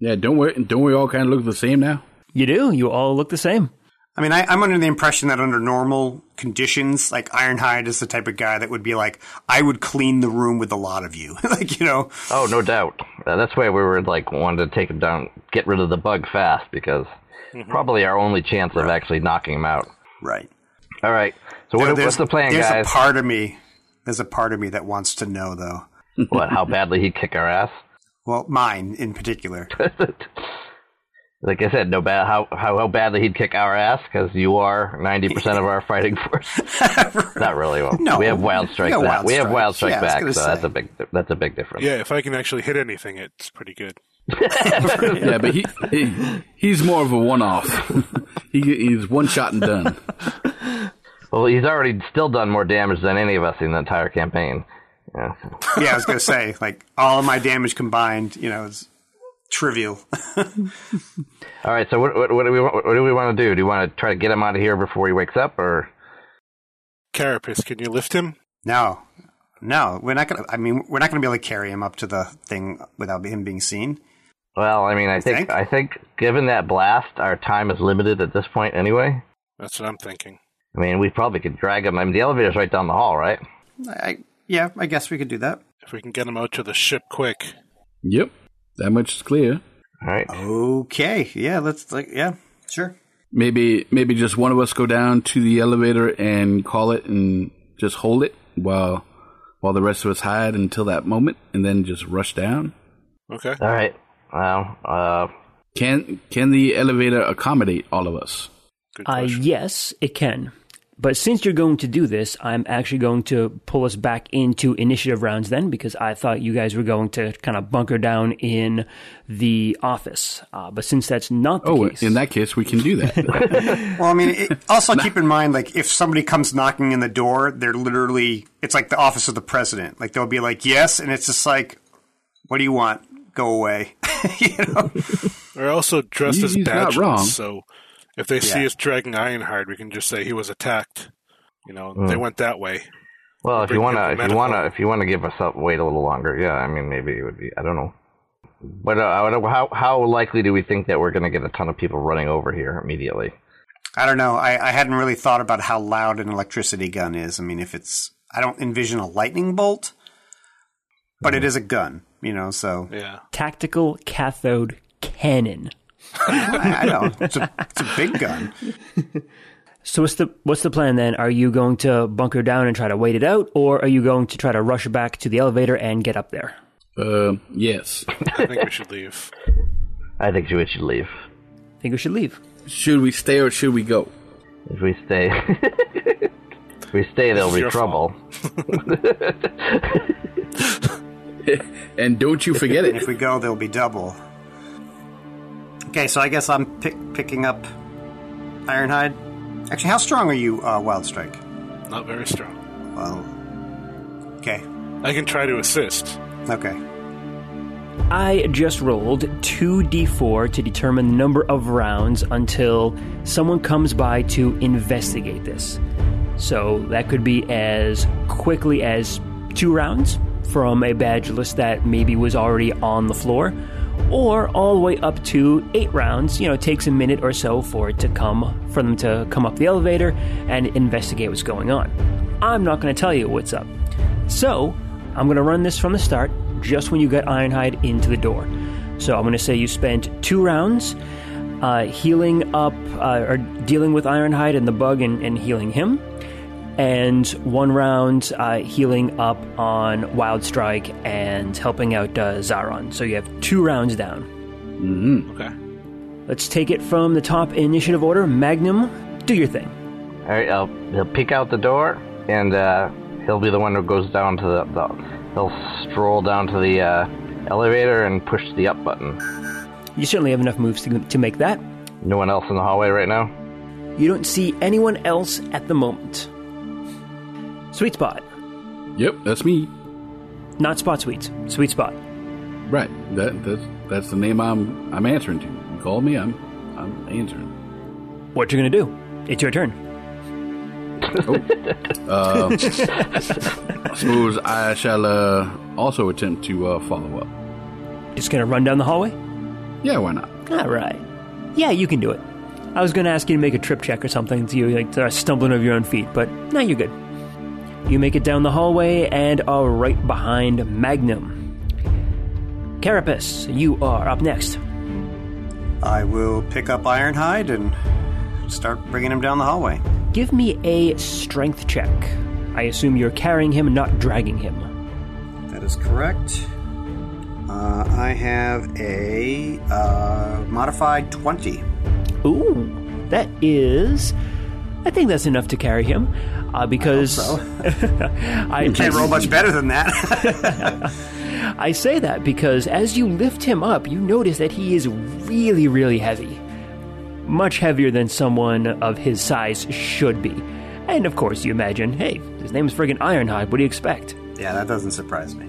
Yeah, don't we? Don't we all kind of look the same now? You do? You all look the same. I mean, I, I'm under the impression that under normal conditions, like Ironhide is the type of guy that would be like, I would clean the room with a lot of you. like, you know, Oh, no doubt. Uh, that's why we were like wanted to take him down, get rid of the bug fast because Mm-hmm. probably our only chance of actually knocking him out. right. All right. So what, There's- what's the plan, there's guys? a part of me. There's a part of me that wants to know, though. what? How badly he kick our ass? Well, mine in particular. like I said, no bad how how, how badly he'd kick our ass because you are ninety percent of our fighting force. Not really. Well, No. we have wild We strike. got back. Wild we have Strike. wild strike Yeah, I was back. gonna So that's say. a big that's a big difference. Yeah, if I can actually hit anything, it's pretty good. Yeah, but he, he he's more of a one off. he, he's one shot and done. Well, he's already still done more damage than any of us in the entire campaign. Yeah. yeah, I was gonna say, like all of my damage combined, you know, is trivial. All right. So what, what what do we what do we want to do? Do you want to try to get him out of here before he wakes up, or Carapace, can you lift him? No, no, we're not gonna. I mean, we're not gonna be able to carry him up to the thing without him being seen. well, I mean, I think, think? I think given that blast, our time is limited at this point anyway. That's what I'm thinking. I mean, we probably could drag him. I mean, the elevator's right down the hall, right? I, yeah, I guess we could do that. If we can get him out to the ship quick. Yep, that much is clear. All right. Okay, yeah, let's like, yeah, sure. Maybe maybe just one of us go down to the elevator and call it and just hold it while while the rest of us hide until that moment and then just rush down. Okay. All right. Well, uh, Can can the elevator accommodate all of us? Good Uh, question. yes, it can. But since you're going to do this, I'm actually going to pull us back into initiative rounds then, because I thought you guys were going to kind of bunker down in the office. Uh, but since that's not the Oh, case, in that case, we can do that. Well, I mean, it, also keep in mind, like, if somebody comes knocking in the door, they're literally, it's like the office of the president. Like, they'll be like, yes. And it's just like, what do you want? Go away. you know? They're also dressed He- as he's not badgers, wrong. so if they see us dragging Ironhide, we can just say he was attacked. You know, they went that way. Well, if you Bring want up to, the if you medical. want to, if you want to give us up, wait a little longer. Yeah, I mean, maybe it would be. I don't know. But uh, I would- how how likely do we think that we're going to get a ton of people running over here immediately? I don't know. I, I hadn't really thought about how loud an electricity gun is. I mean, if it's, I don't envision a lightning bolt, but it is a gun, you know? So Yeah. tactical cathode cannon. I, I know. It's a, it's a big gun. So what's the what's the plan then? Are you going to bunker down and try to wait it out, or are you going to try to rush back to the elevator and get up there? Um yes. I think we should leave. I think we should leave. I think we should leave. Should we stay or should we go? If we stay, if we stay, there'll is be your trouble. And don't you forget And if it. we go, there'll be double. Okay, so I guess I'm pick, picking up Ironhide. Actually, how strong are you, uh, Wild Strike? Not very strong. Well, okay, I can try to assist. okay. I just rolled 2d4 to determine the number of rounds until someone comes by to investigate this. So that could be as quickly as two rounds from a badge list that maybe was already on the floor, or all the way up to eight rounds. You know, it takes a minute or so for it to come, for them to come up the elevator and investigate what's going on. I'm not going to tell you what's up. So, I'm going to run this from the start, just when you get Ironhide into the door. So, I'm going to say you spent two rounds uh, healing up, uh, or dealing with Ironhide and the bug and, and healing him, and one round uh, healing up on Wildstrike and helping out uh, Zaron. So, you have two rounds down. Okay. Let's take it from the top initiative order. Magnum, do your thing. All right, I'll, he'll peek out the door, and uh, he'll be the one who goes down to the. the he'll stroll down to the uh, elevator and push the up button. You certainly have enough moves to, to make that. No one else in the hallway right now. You don't see anyone else at the moment. Sweet spot. Yep, that's me. Not spot sweets. Sweet spot. Right. That that's that's the name I'm I'm answering to. You call me, I'm I'm answering. What you gonna do? It's your turn. I suppose I shall uh, also attempt to uh, follow up. Just gonna run down the hallway? Yeah, why not? Alright. Yeah, you can do it. I was gonna ask you to make a trip check or something to you, like uh, stumbling over your own feet, but now you're good. You make it down the hallway and are right behind Magnum. Carapace, you are up next. I will pick up Ironhide and start bringing him down the hallway. Give me a strength check. I assume you're carrying him, not dragging him. That is correct. Uh, I have a uh, modified 20. Ooh, that is. I think that's enough to carry him, uh, because I Can't roll much better than that. I say that because as you lift him up, you notice that he is really, really heavy. Much heavier than someone of his size should be. And of course, you imagine, hey, his name's friggin' Ironhide, what do you expect? yeah, that doesn't surprise me.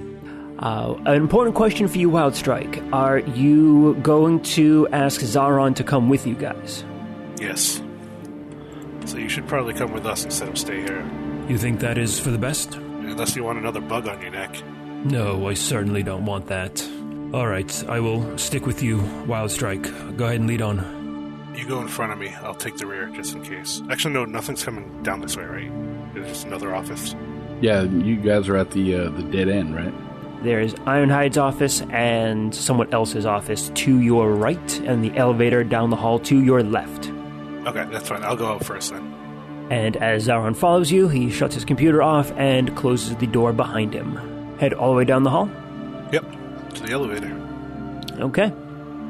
Uh, an important question for you, Wildstrike. Are you going to ask Zaron to come with you guys? Yes. So you should probably come with us instead of stay here. You think that is for the best? Unless you want another bug on your neck. No, I certainly don't want that. All right, I will stick with you, Wild Strike. Go ahead and lead on. You go in front of me. I'll take the rear just in case. Actually, no, nothing's coming down this way, right? There's just another office. Yeah, you guys are at the uh, the dead end, right? There's Ironhide's office and someone else's office to your right, and the elevator down the hall to your left. Okay, that's fine. I'll go out first then. And as Zaron follows you, he shuts his computer off and closes the door behind him. Head all the way down the hall. Yep. To the elevator. Okay.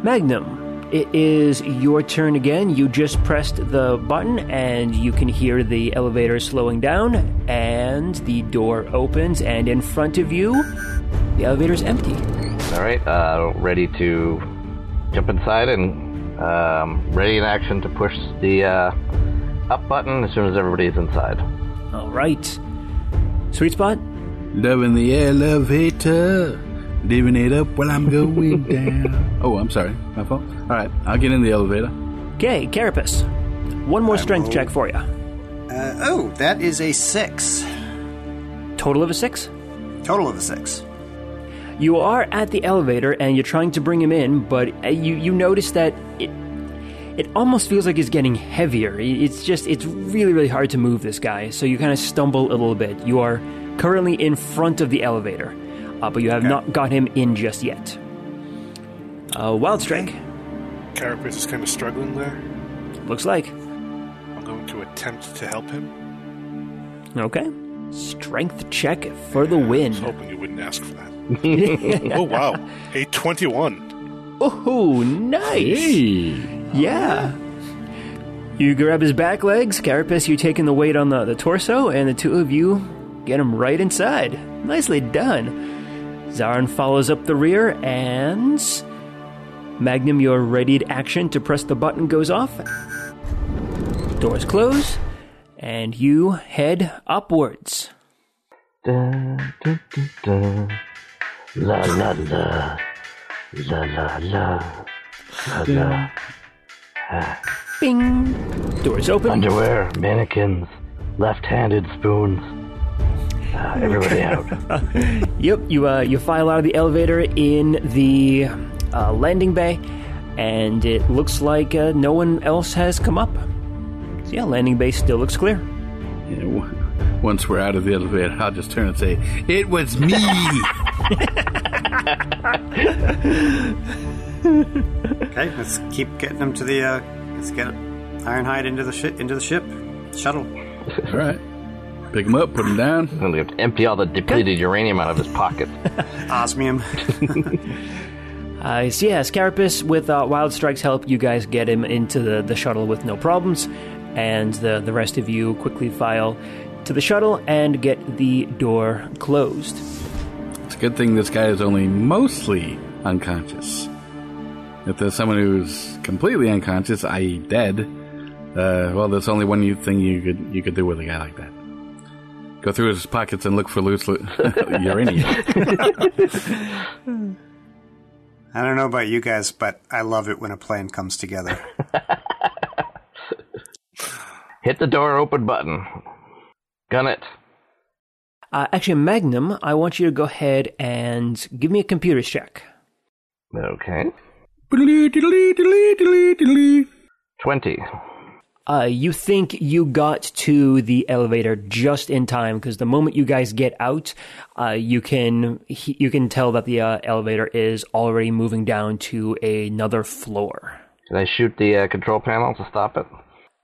Magnum, It is your turn again. You just pressed the button and you can hear the elevator slowing down and the door opens and in front of you the elevator's empty. All right, uh, ready to jump inside and um, ready in action to push the uh, up button as soon as everybody's inside. All right. Sweet spot? Love in the elevator. Diving it up while I'm going down. Oh, I'm sorry. My fault. All right, I'll get in the elevator. Okay, Carapace. One more strength check for you. Uh, oh, that is a six. Total of a six? Total of a six. You are at the elevator and you're trying to bring him in, but uh, you you notice that it it almost feels like he's getting heavier. It- It's just it's really really hard to move this guy. So you kind of stumble a little bit. You are currently in front of the elevator, uh, but you have not got him in just yet. Uh, wild strike Carapace is kind of struggling there. looks like I'm going to attempt to help him. okay. Strength check for the win. I Mm-hmm. was hoping you wouldn't ask for that. oh, wow. A 21. Oh, nice. Hey, Yeah. You grab his back legs, Carapace, you taking the weight on the, the torso, and the two of you get him right inside. Nicely done. Zarin follows up the rear, and. Magnum, your readied action to press the button goes off. Doors close, and you head upwards. Da, da, da, da. La la la. La la la. La la. Bing! Doors open. Underwear, mannequins, left handed spoons. Uh, everybody out. Yep, you uh, you file out of the elevator in the uh, landing bay, and it looks like uh, no one else has come up. So yeah, landing bay still looks clear. You know, w- once we're out of the elevator, I'll just turn and say, "It was me." Okay, let's keep getting them to the. Uh, let's get Ironhide into the ship. Into the ship. Shuttle. All right, pick him up, put him down. And we have to empty all the depleted uranium out of his pocket. Osmium. Uh, so yeah, Scarapus, with uh, Wild Strike's help, you guys get him into the, the shuttle with no problems, and the, the rest of you quickly file to the shuttle and get the door closed. It's a good thing this guy is only mostly unconscious. If there's someone who's completely unconscious, i.e., dead, uh, well, there's only one you- thing you could you could do with a guy like that. Go through his pockets and look for loose lo- uranium. I don't know about you guys, but I love it when a plan comes together. Hit the door open button. Gun it. Uh, actually, Magnum, I want you to go ahead and give me a computer's check. Okay. Diddly, diddly, diddly, diddly, diddly. 20. Uh, you think you got to the elevator just in time because the moment you guys get out, uh, you can he- you can tell that the uh, elevator is already moving down to another floor. Can I shoot the uh, control panel to stop it?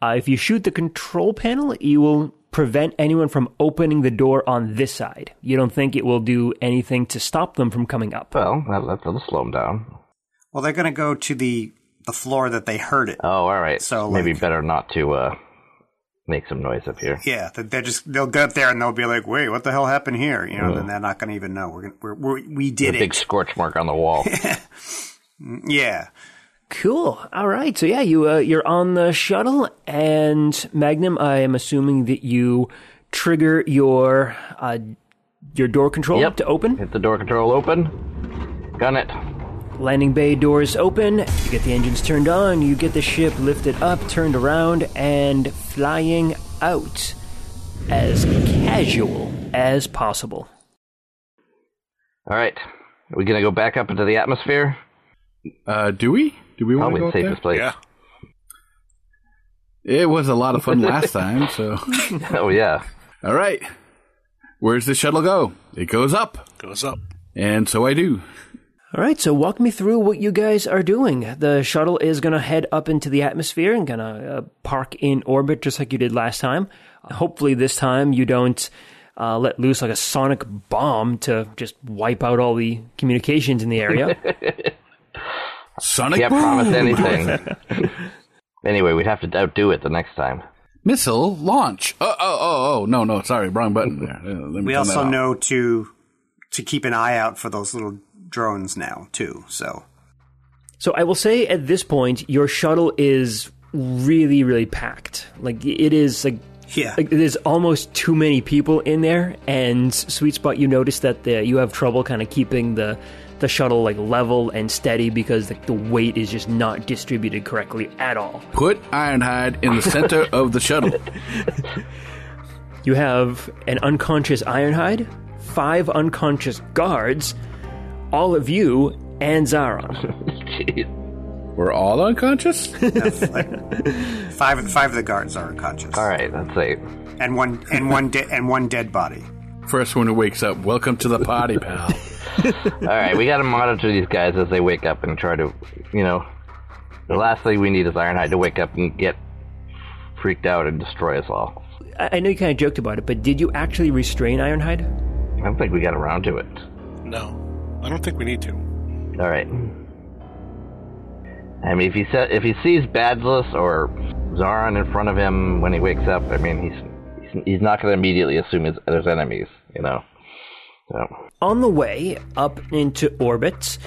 Uh, if you shoot the control panel, you will prevent anyone from opening the door on this side. You don't think it will do anything to stop them from coming up. Well, that, that, that'll slow him down. well, they're going to go to the the floor that they heard it. Oh, all right. So, maybe like- better not to uh, make some noise up here. Yeah, that they're just they'll go up there and they'll be like, "Wait, what the hell happened here?" You know, then they're not going to even know we're, gonna, we're, we're we The did it. big scorch mark on the wall. Yeah, Cool. All right. So yeah, you uh, you're on the shuttle, and Magnum. I am assuming that you trigger your uh, your door control Yep. to open. Hit the door control open. Gun it. Landing bay doors open. You get the engines turned on. You get the ship lifted up, turned around, and flying out as casual as possible. All right. Are we going to go back up into the atmosphere? Uh, do we? Do we want to Probably go the up there? safest place. Yeah. It was a lot of fun last time, so. oh, yeah. All right. Where's the shuttle go? It goes up. Goes up. And so I do. All right, so walk me through what you guys are doing. The shuttle is going to head up into the atmosphere and going to uh, park in orbit just like you did last time. Hopefully, this time you don't uh, let loose like a sonic bomb to just wipe out all the communications in the area. Sonic Can't boom! promise anything. anyway, we'd have to outdo it the next time. Missile launch. Oh, oh, oh, oh. No, no. Sorry, wrong button there. Uh, let me turn We that also off. know to to keep an eye out for those little drones now too. So So I will say at this point, your shuttle is really, really packed. Like it is like, yeah, like there's almost too many people in there. And sweet spot, you notice that the, you have trouble kind of keeping the the shuttle like level and steady because like the weight is just not distributed correctly at all. Put Ironhide in the center of the shuttle. You have an unconscious Ironhide, five unconscious guards, all of you, and Zaron. Jeez. We're all unconscious? five of- five of the guards are unconscious, All right, that's eight. and one and one de- and one dead body. First one who wakes up, welcome to the party, pal. All right, we got to monitor these guys as they wake up and try to, you know, the last thing we need is Ironhide to wake up and get freaked out and destroy us all. I I know you kind of joked about it, but did you actually restrain Ironhide? I don't think we got around to it. No, I don't think we need to. All right. I mean, if he sa if he sees Badless or Zaron in front of him when he wakes up, I mean, he's he's, he's not going to immediately assume his, there's enemies, you know. So On the way up into orbit,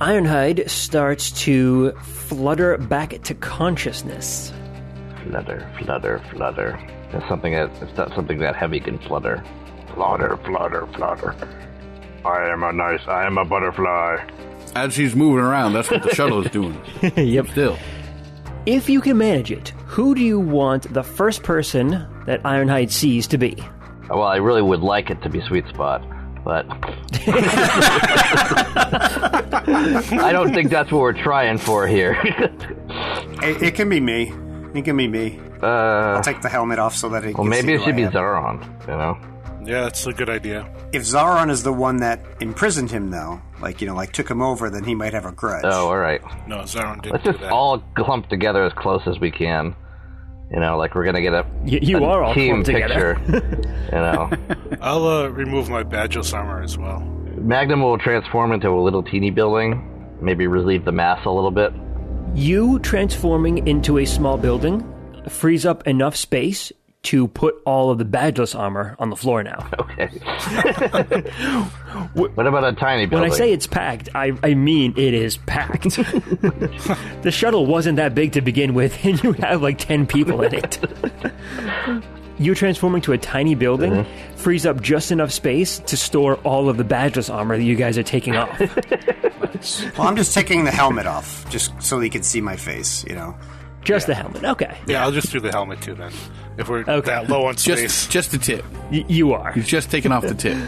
Ironhide starts to flutter back to consciousness. flutter, flutter, flutter. That's something that it's not something that heavy can flutter. Flutter, flutter, flutter. I am a nice. I am a butterfly. As she's moving around, that's what the shuttle is doing. yep. Still. If you can manage it, who do you want the first person that Ironhide sees to be? Well, I really would like it to be Sweet Spot, but I don't think that's what we're trying for here. It, it can be me. It can be me. I'll take the helmet off so that it. Uh, can Well, maybe see it who should I be am. Zaron, you know? Yeah, that's a good idea. If Zaron is the one that imprisoned him, though, like you know, like took him over, then he might have a grudge. Oh, alright. No, Zaron didn't Let's do just that. all clump together as close as we can. You know, like we're gonna get a, Y- you a are all team clumped together. picture. you know, I'll uh, remove my Badgeless armor as well. Magnum will transform into a little teeny building. Maybe relieve the mass a little bit. You transforming into a small building frees up enough space to put all of the badgeless armor on the floor now. Okay. what about a tiny When building? I say it's packed, I, I mean it is packed. the shuttle wasn't that big to begin with, and you have like 10 people in it. you transforming to a tiny building frees up just enough space to store all of the badgeless armor that you guys are taking off. Well, I'm just taking the helmet off, just so he can see my face. You know, just the helmet. Okay. Yeah, I'll just do the helmet too then. If we're Okay. that low on Just space. just the tip. Y- you are. He's just taking off the tip.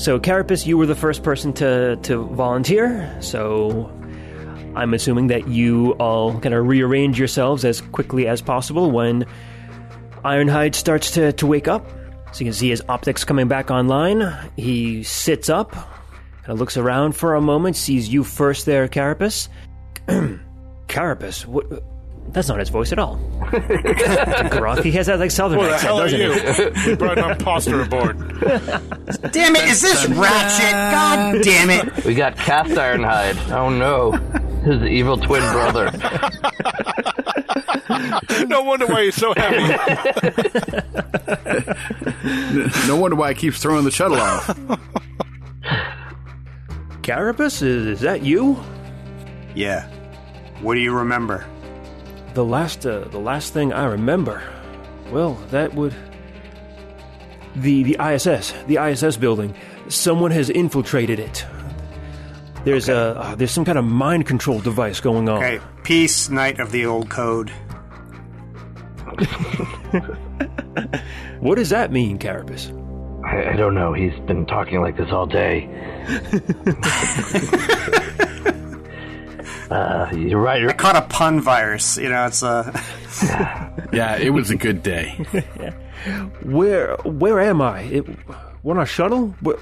So, Carapace, you were the first person to, to volunteer, so I'm assuming that you all kind of rearrange yourselves as quickly as possible when Ironhide starts to, to wake up. So, you can see his optics coming back online. He sits up, kind of looks around for a moment, sees you first there, Carapace. Carapace, what? That's not his voice at all. Garoth, he has that like southern Who the accent, hell are doesn't he? you? we brought an imposter aboard. damn it! Is this Ratchet? God damn it! we got Cast Iron Hide. Oh no, his evil twin brother. No wonder why you're so happy. No wonder why he keeps throwing the shuttle off. Carapace, is, is that you? Yeah. What do you remember? The last, uh, the last thing I remember, well, that would the the ISS, the ISS building. Someone has infiltrated it. There's a uh, there's some kind of mind control device going on. Okay, peace, knight of the old code. What does that mean, Carapace? I, I don't know. He's been talking like this all day. uh, you're right. You're, Caught a pun virus. You know, it's uh, a. Yeah, it was a good day. Where where am I? It, we're on a shuttle. Where,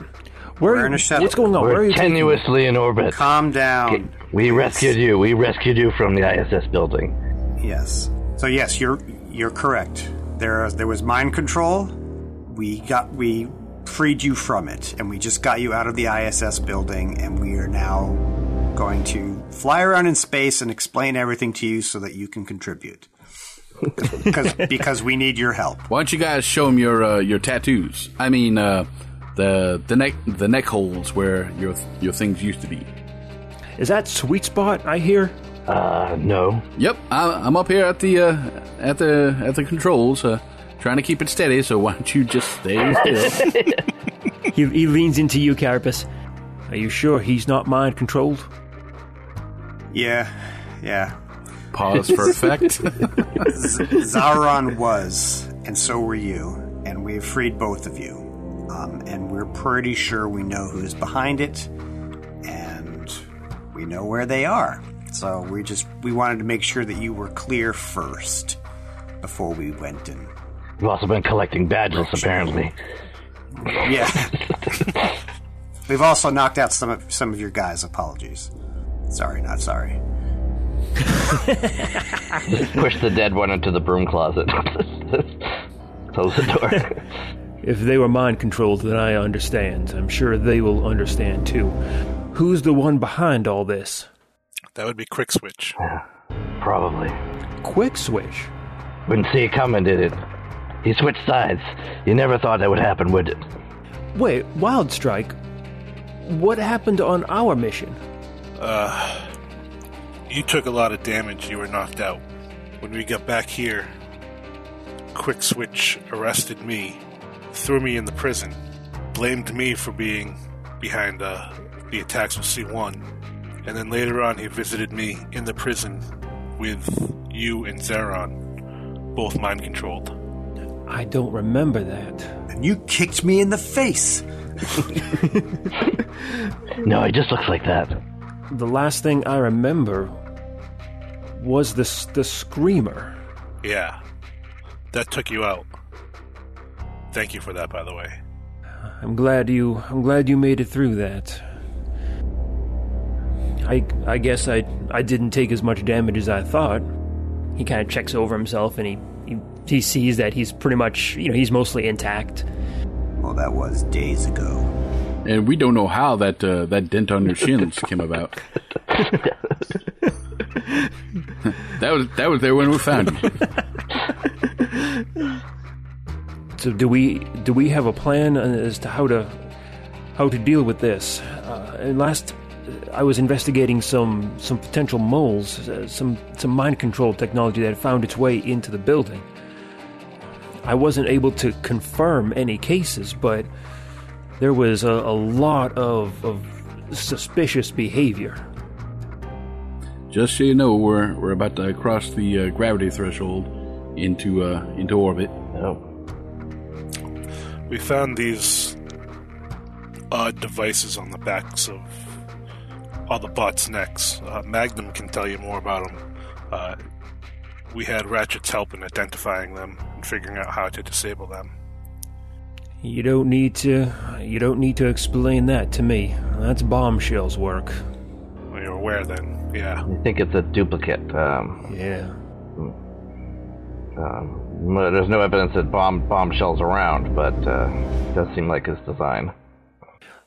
where We're in a shuttle. What's going on? where are we're you taking me? tenuously in orbit. Calm down. We rescued you. We rescued you from the ISS building. Yes. So yes, you're you're correct. There there was mind control. We got we freed you from it, and we just got you out of the ISS building, and we are now going to fly around in space and explain everything to you so that you can contribute. 'Cause- because we need your help. Why don't you guys show them your uh, your tattoos? I mean, uh, the the neck the neck holes where your your things used to be. Is that sweet spot I hear? Uh, no. Yep, I, I'm up here at the uh, at the at the controls, uh, trying to keep it steady. So why don't you just stay still? He, he leans into you, Carapace. Are you sure he's not mind controlled? Yeah, yeah. Pause for effect. Zaron was, and so were you, and we have freed both of you. Um, and we're pretty sure we know who's behind it, and we know where they are. So we just we wanted to make sure that you were clear first before we went in. You've also been collecting badges, apparently. Yeah. We've also knocked out some of some of your guys. Apologies. Sorry, not sorry. Push the dead one into the broom closet. Close the door. If they were mind controlled, then I understand. I'm sure they will understand too. Who's the one behind all this? That would be Quick Switch. Probably. Quick switch. Wouldn't see it coming, did it? He switched sides. You never thought that would happen, would it? Wait, Wild Strike. What happened on our mission? You took a lot of damage. You were knocked out. When we got back here, Quick Switch arrested me, threw me in the prison, blamed me for being behind uh, the attacks with C1, and then later on he visited me in the prison with you and Zeron, both mind controlled. I don't remember that. And you kicked me in the face. No, he just looks like that. The last thing I remember was the s- the screamer. Yeah, that took you out. Thank you for that, by the way. I'm glad you I'm glad you made it through that. I I guess I I didn't take as much damage as I thought. He kind of checks over himself and he, he, he sees that he's pretty much, you know, he's mostly intact. Well, that was days ago. and we don't know how that uh, that dent on your shins came about. that was that was there when we found you. So do we do we have a plan uh, as to how to how to deal with this? Uh, and last I was investigating some some potential moles, uh, some some mind control technology that had found its way into the building. I wasn't able to confirm any cases, but there was a, a lot of, of suspicious behavior. Just so you know, we're we're about to cross the uh, gravity threshold into uh, into orbit. No. We found these odd devices on the backs of all the bots' necks. Uh, Magnum can tell you more about them. Uh, we had Ratchet's help in identifying them and figuring out how to disable them. You don't need to you don't need to explain that to me. That's bombshells work. Well, you're aware then, yeah. I think it's a duplicate. Um, Yeah. um, well, there's no evidence that bomb bombshells around, but uh, it does seem like his design.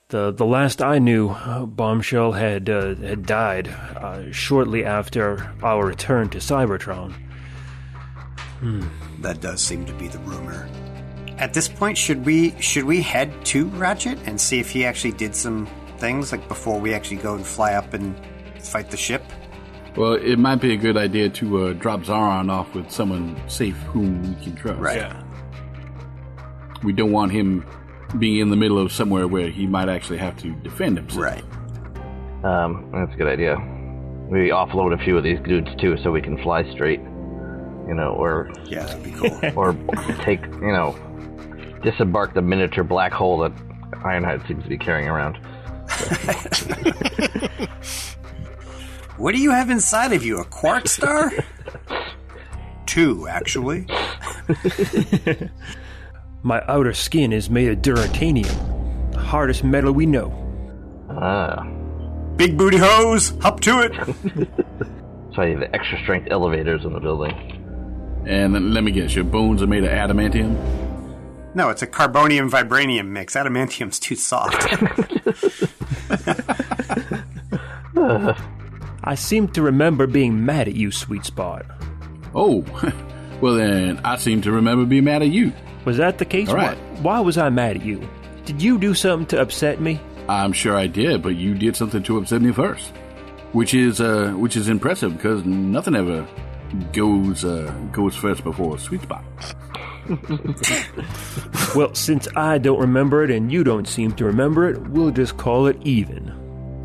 The the last I knew, uh, Bombshell had uh, had died uh, shortly after our return to Cybertron. That does seem to be the rumor. At this point, should we should we head to Ratchet and see if he actually did some things like before we actually go and fly up and fight the ship? Well, it might be a good idea to uh, drop Zaron off with someone safe whom we can trust. Right. Yeah. We don't want him being in the middle of somewhere where he might actually have to defend himself. Right. Um, that's a good idea. We offload a few of these dudes too, so we can fly straight. You know, or Yeah, that'd be cool. or take you know, disembark the miniature black hole that Ironhide seems to be carrying around. what do you have inside of you? A quark star? Two, actually. My outer skin is made of durantanium, the hardest metal we know. Ah. Big booty hose. Up to it. That's why you have the extra strength elevators in the building. And then, let me guess, your bones are made of adamantium? No, it's a carbonium vibranium mix. Adamantium's too soft. Ugh. I seem to remember being mad at you, Sweet Spot. Oh, well then, I seem to remember being mad at you. Was that the case? All right. Why, why was I mad at you? Did you do something to upset me? I'm sure I did, but you did something to upset me first, which is uh, which is impressive because nothing ever goes uh, goes first before a sweet spot. Well, since I don't remember it and you don't seem to remember it, we'll just call it even.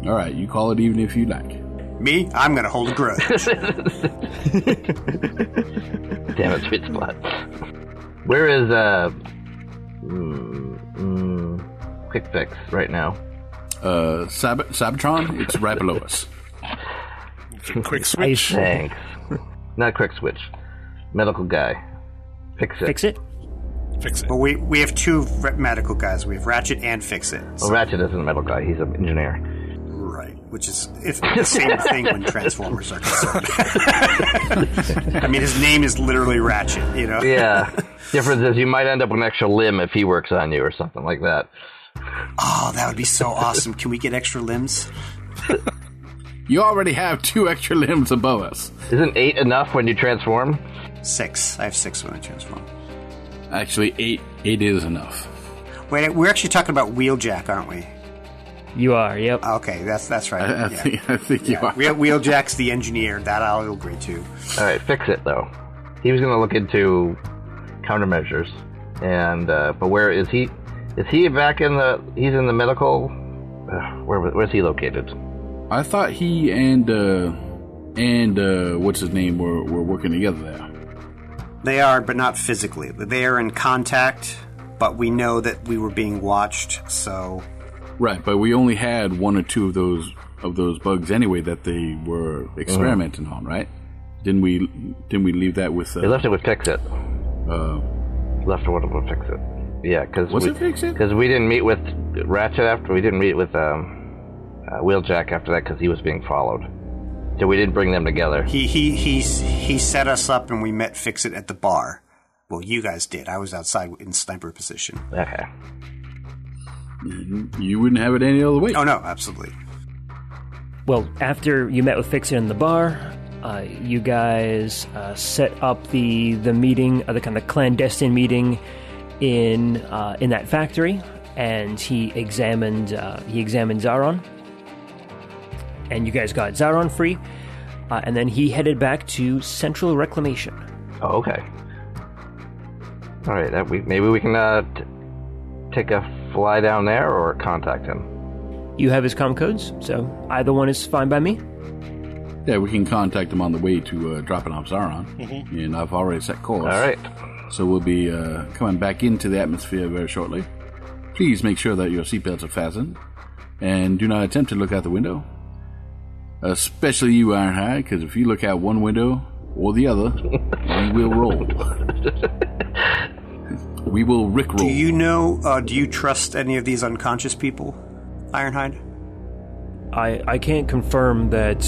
All right, you call it even if you like. Me, I'm gonna hold a grudge. Damn it, sweet spot. Where is uh, mm, mm, quick fix right now? Uh, Cyber- Cybertron, it's right below us. Quick switch. Thanks. Not quick switch. Medical guy. Fix it. Fix it. Fix it. but we we have two re- medical guys. We have Ratchet and Fix It. Well, Ratchet isn't a medical guy. He's an engineer. Right, which is it's the same thing when Transformers are concerned. I mean, his name is literally Ratchet. You know. Yeah. Difference is you might end up with an extra limb if he works on you or something like that. Oh, that would be so awesome. Can we get extra limbs? You already have two extra limbs above us. Isn't eight enough when you transform? Six. I have six when I transform. Actually, eight eight is enough. Wait, we're actually talking about Wheeljack, aren't we? You are. Yep. Okay, that's that's right. I, I yeah. think I think you are. Wheel, Wheeljack's the engineer. That I'll agree to. All right, fix it though. He was going to look into countermeasures, and uh, but where is he? Is he back in the? He's in the medical. Uh, where was- where's he located? I thought he and uh, and uh, what's his name were, were working together there. They are, but not physically. They are in contact, but we know that we were being watched. So Right, but we only had one or two of those of those bugs anyway that they were Uh-huh. experimenting on, right? Didn't we didn't we leave that with He uh, left it with fix it. uh Left it with with fix it. Yeah, because Was we, it Fix It? Because we didn't meet with Ratchet after we didn't meet with um, uh, Wheeljack after that because he was being followed. So we didn't bring them together. he he he he set us up, and we met Fix It at the bar. Well, you guys did. I was outside in sniper position. Okay. you wouldn't have it any other way. Oh no, absolutely. Well, after you met with Fixit in the bar, uh, you guys uh, set up the the meeting, uh, the kind of clandestine meeting in uh, in that factory, and he examined uh, he examined Zaron, and you guys got Zaron free, uh, and then he headed back to Central Reclamation. Oh, okay. All right. That we maybe we can uh, t- take a fly down there or contact him. You have his com codes, so either one is fine by me. Yeah, we can contact them on the way to uh, dropping off Zaron, and I've already set course. Mm-hmm. All right. so we'll be uh, coming back into the atmosphere very shortly. Please make sure that your seatbelts are fastened, and do not attempt to look out the window, especially you, Ironhide, because if you look out one window or the other, we will roll. we will rickroll. Do you know? Uh, do you trust any of these unconscious people, Ironhide? I, I can't confirm that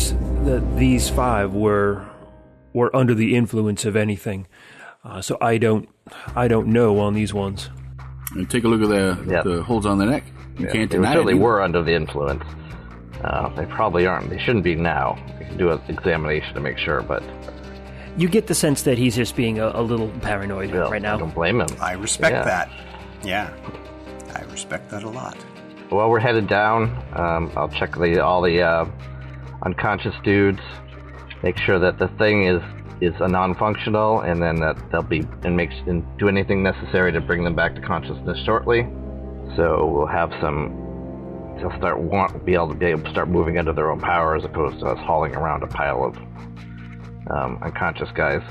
that these five were were under the influence of anything, uh, so I don't I don't know on these ones. and take a look at the, Yeah. the holds on the neck. You can't they deny it. certainly either. were under the influence. Uh, they probably aren't. They shouldn't be now. We can do an examination to make sure, but You get the sense that he's just being a, a little paranoid well, right I now. don't blame him. I respect Yeah. that. Yeah, I respect that a lot. While we're headed down, um, I'll check the all the uh, unconscious dudes, make sure that the thing is is a non-functional, and then that they'll be and make and do anything necessary to bring them back to consciousness shortly. So we'll have some. They'll start want be able to be able to start moving under their own power as opposed to us hauling around a pile of um, unconscious guys.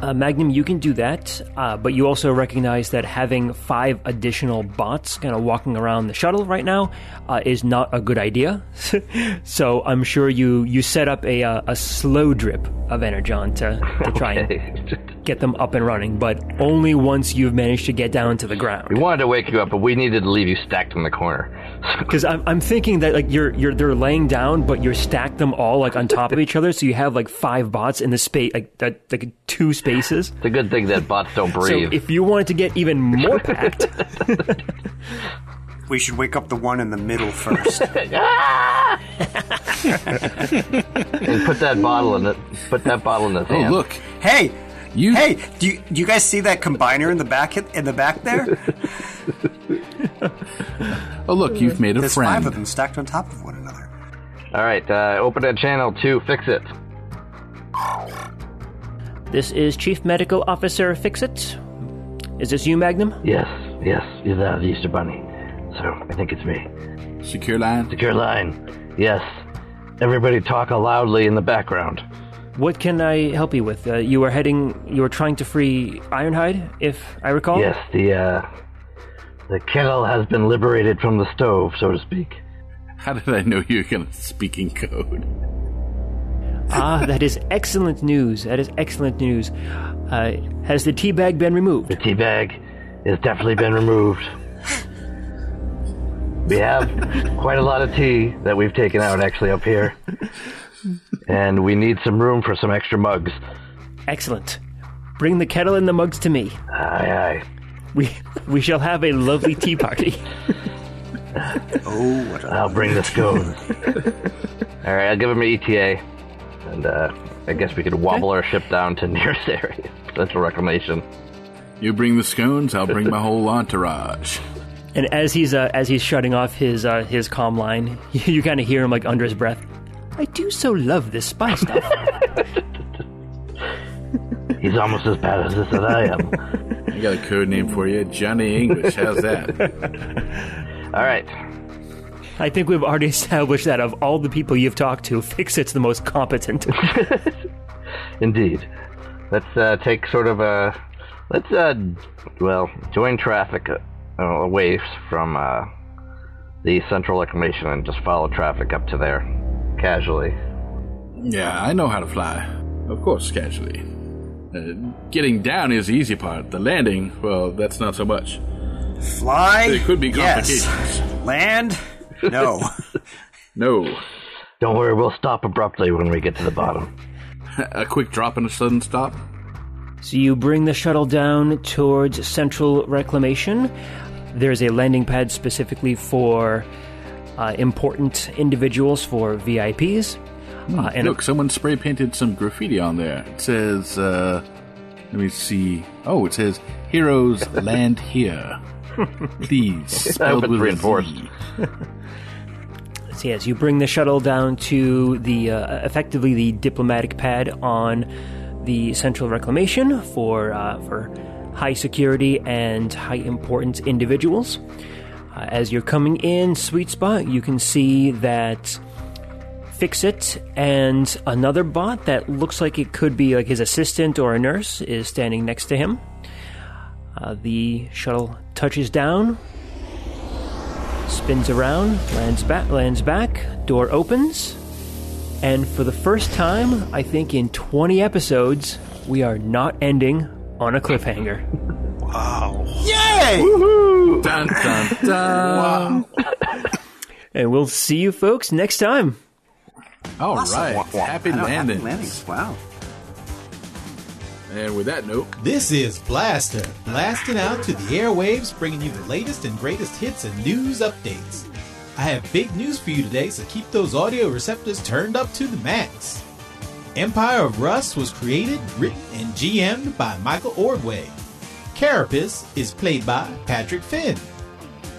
Uh, Magnum, you can do that, uh, but you also recognize that having five additional bots kind of walking around the shuttle right now uh, is not a good idea. so I'm sure you you set up a uh, a slow drip of energon to, to try and get them up and running, but only once you've managed to get down to the ground. we wanted to wake you up, but we needed to leave you stacked in the corner. Because I'm, I'm thinking that like you're you're they're laying down, but you're stacked them all like on top of each other, so you have like five bots in the space like that like two spaces. It's a good thing that bots don't breathe. So if you wanted to get even more packed, we should wake up the one in the middle first. Ah! And put that bottle in it. Put that bottle in his Oh, hand. look. hey, You- Hey, do you, do you guys see that combiner in the back in the back there? Oh, look, you've made a There's friend. five of them stacked on top of one another. All right, uh, open that channel two. Fix it. This is Chief Medical Officer Fixit. Is this you, Magnum? Yes, yes, is that the Easter Bunny? So I think it's me. Secure line. Secure line. Yes. Everybody talk loudly in the background. What Can I help you with? Uh, you are heading. You are trying to free Ironhide, if I recall. Yes, the uh, the kettle has been liberated from the stove, so to speak. How did I know you were going to speak in code? Ah, that is excellent news. That is excellent news. Uh, has the tea bag been removed? The tea bag has definitely been removed. We have quite a lot of tea that we've taken out actually up here, and we need some room for some extra mugs. Excellent. Bring the kettle and the mugs to me. Aye, aye. We we shall have a lovely tea party. Oh, what a, I'll bring the scones. All right, I'll give him an ETA, and uh, I guess we could wobble our ship down to nearest area, central reclamation. You bring the scones, I'll bring my whole entourage. And as he's uh, as he's shutting off his uh, his comm line, you kind of hear him like under his breath. I do so love this spy stuff. He's almost as bad as this as I am. I got a code name for you Johnny English. How's that? All right, I think we've already established that of all the people you've talked to, Fixit's the most competent. indeed. Let's uh, take sort of a let's uh, well join traffic uh, away from uh, the central reclamation and just follow traffic up to there casually. Yeah, I know how to fly. Of course, casually. Uh, getting down is the easy part. The landing, well, that's not so much. fly? There could be complications. Yes. Land? No. No. Don't worry, we'll stop abruptly when we get to the bottom. A quick drop and a sudden stop. so you bring the shuttle down towards Central Reclamation. There's a landing pad specifically for uh, important individuals, for VIPs. uh, and a- Look, someone spray painted some graffiti on there. It says, uh, let me see. Oh, it says, Heroes Land Here. Please. Spelled it's with a reinforced. Z. So yes, you bring the shuttle down to the uh, effectively the diplomatic pad on the Central Reclamation for uh, for high security and high importance individuals. Uh, as you're coming in, sweet spot, you can see that Fixit and another bot that looks like it could be like his assistant or a nurse is standing next to him. Uh, the shuttle touches down, spins around, lands back, lands back, door opens, and for the first time, I think in 20 episodes, we are not ending on a cliffhanger. Yay! Dun, dun, dun. And we'll see you folks next time. All right, Awesome. Wah, wah. Happy I know, landing. Happy landings. Wow. And with that note, This is Blaster, blasting out to the airwaves, bringing you the latest and greatest hits and news updates. I have big news for you today, so keep those audio receptors turned up to the max. Empire of Rust was created, written, and GM'd by Michael Ordway. Carapace is played by Patrick Finn.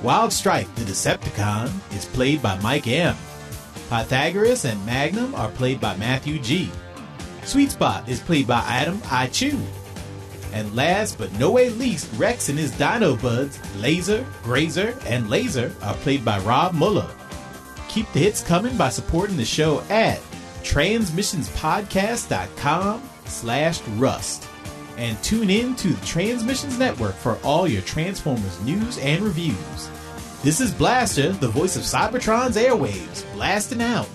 Wild Strike, the Decepticon, is played by Mike M. Pythagoras and Magnum are played by Matthew G. Sweet Spot is played by Adam I Chew. And last but no way least, Rex and his dino buds, Laser, Grazer, and Laser, are played by Rob Muller. Keep the hits coming by supporting the show at transmissionspodcast.com slash rust. And tune in to the Transmissions Network for all your Transformers news and reviews. This is Blaster, the voice of Cybertron's airwaves, blasting out.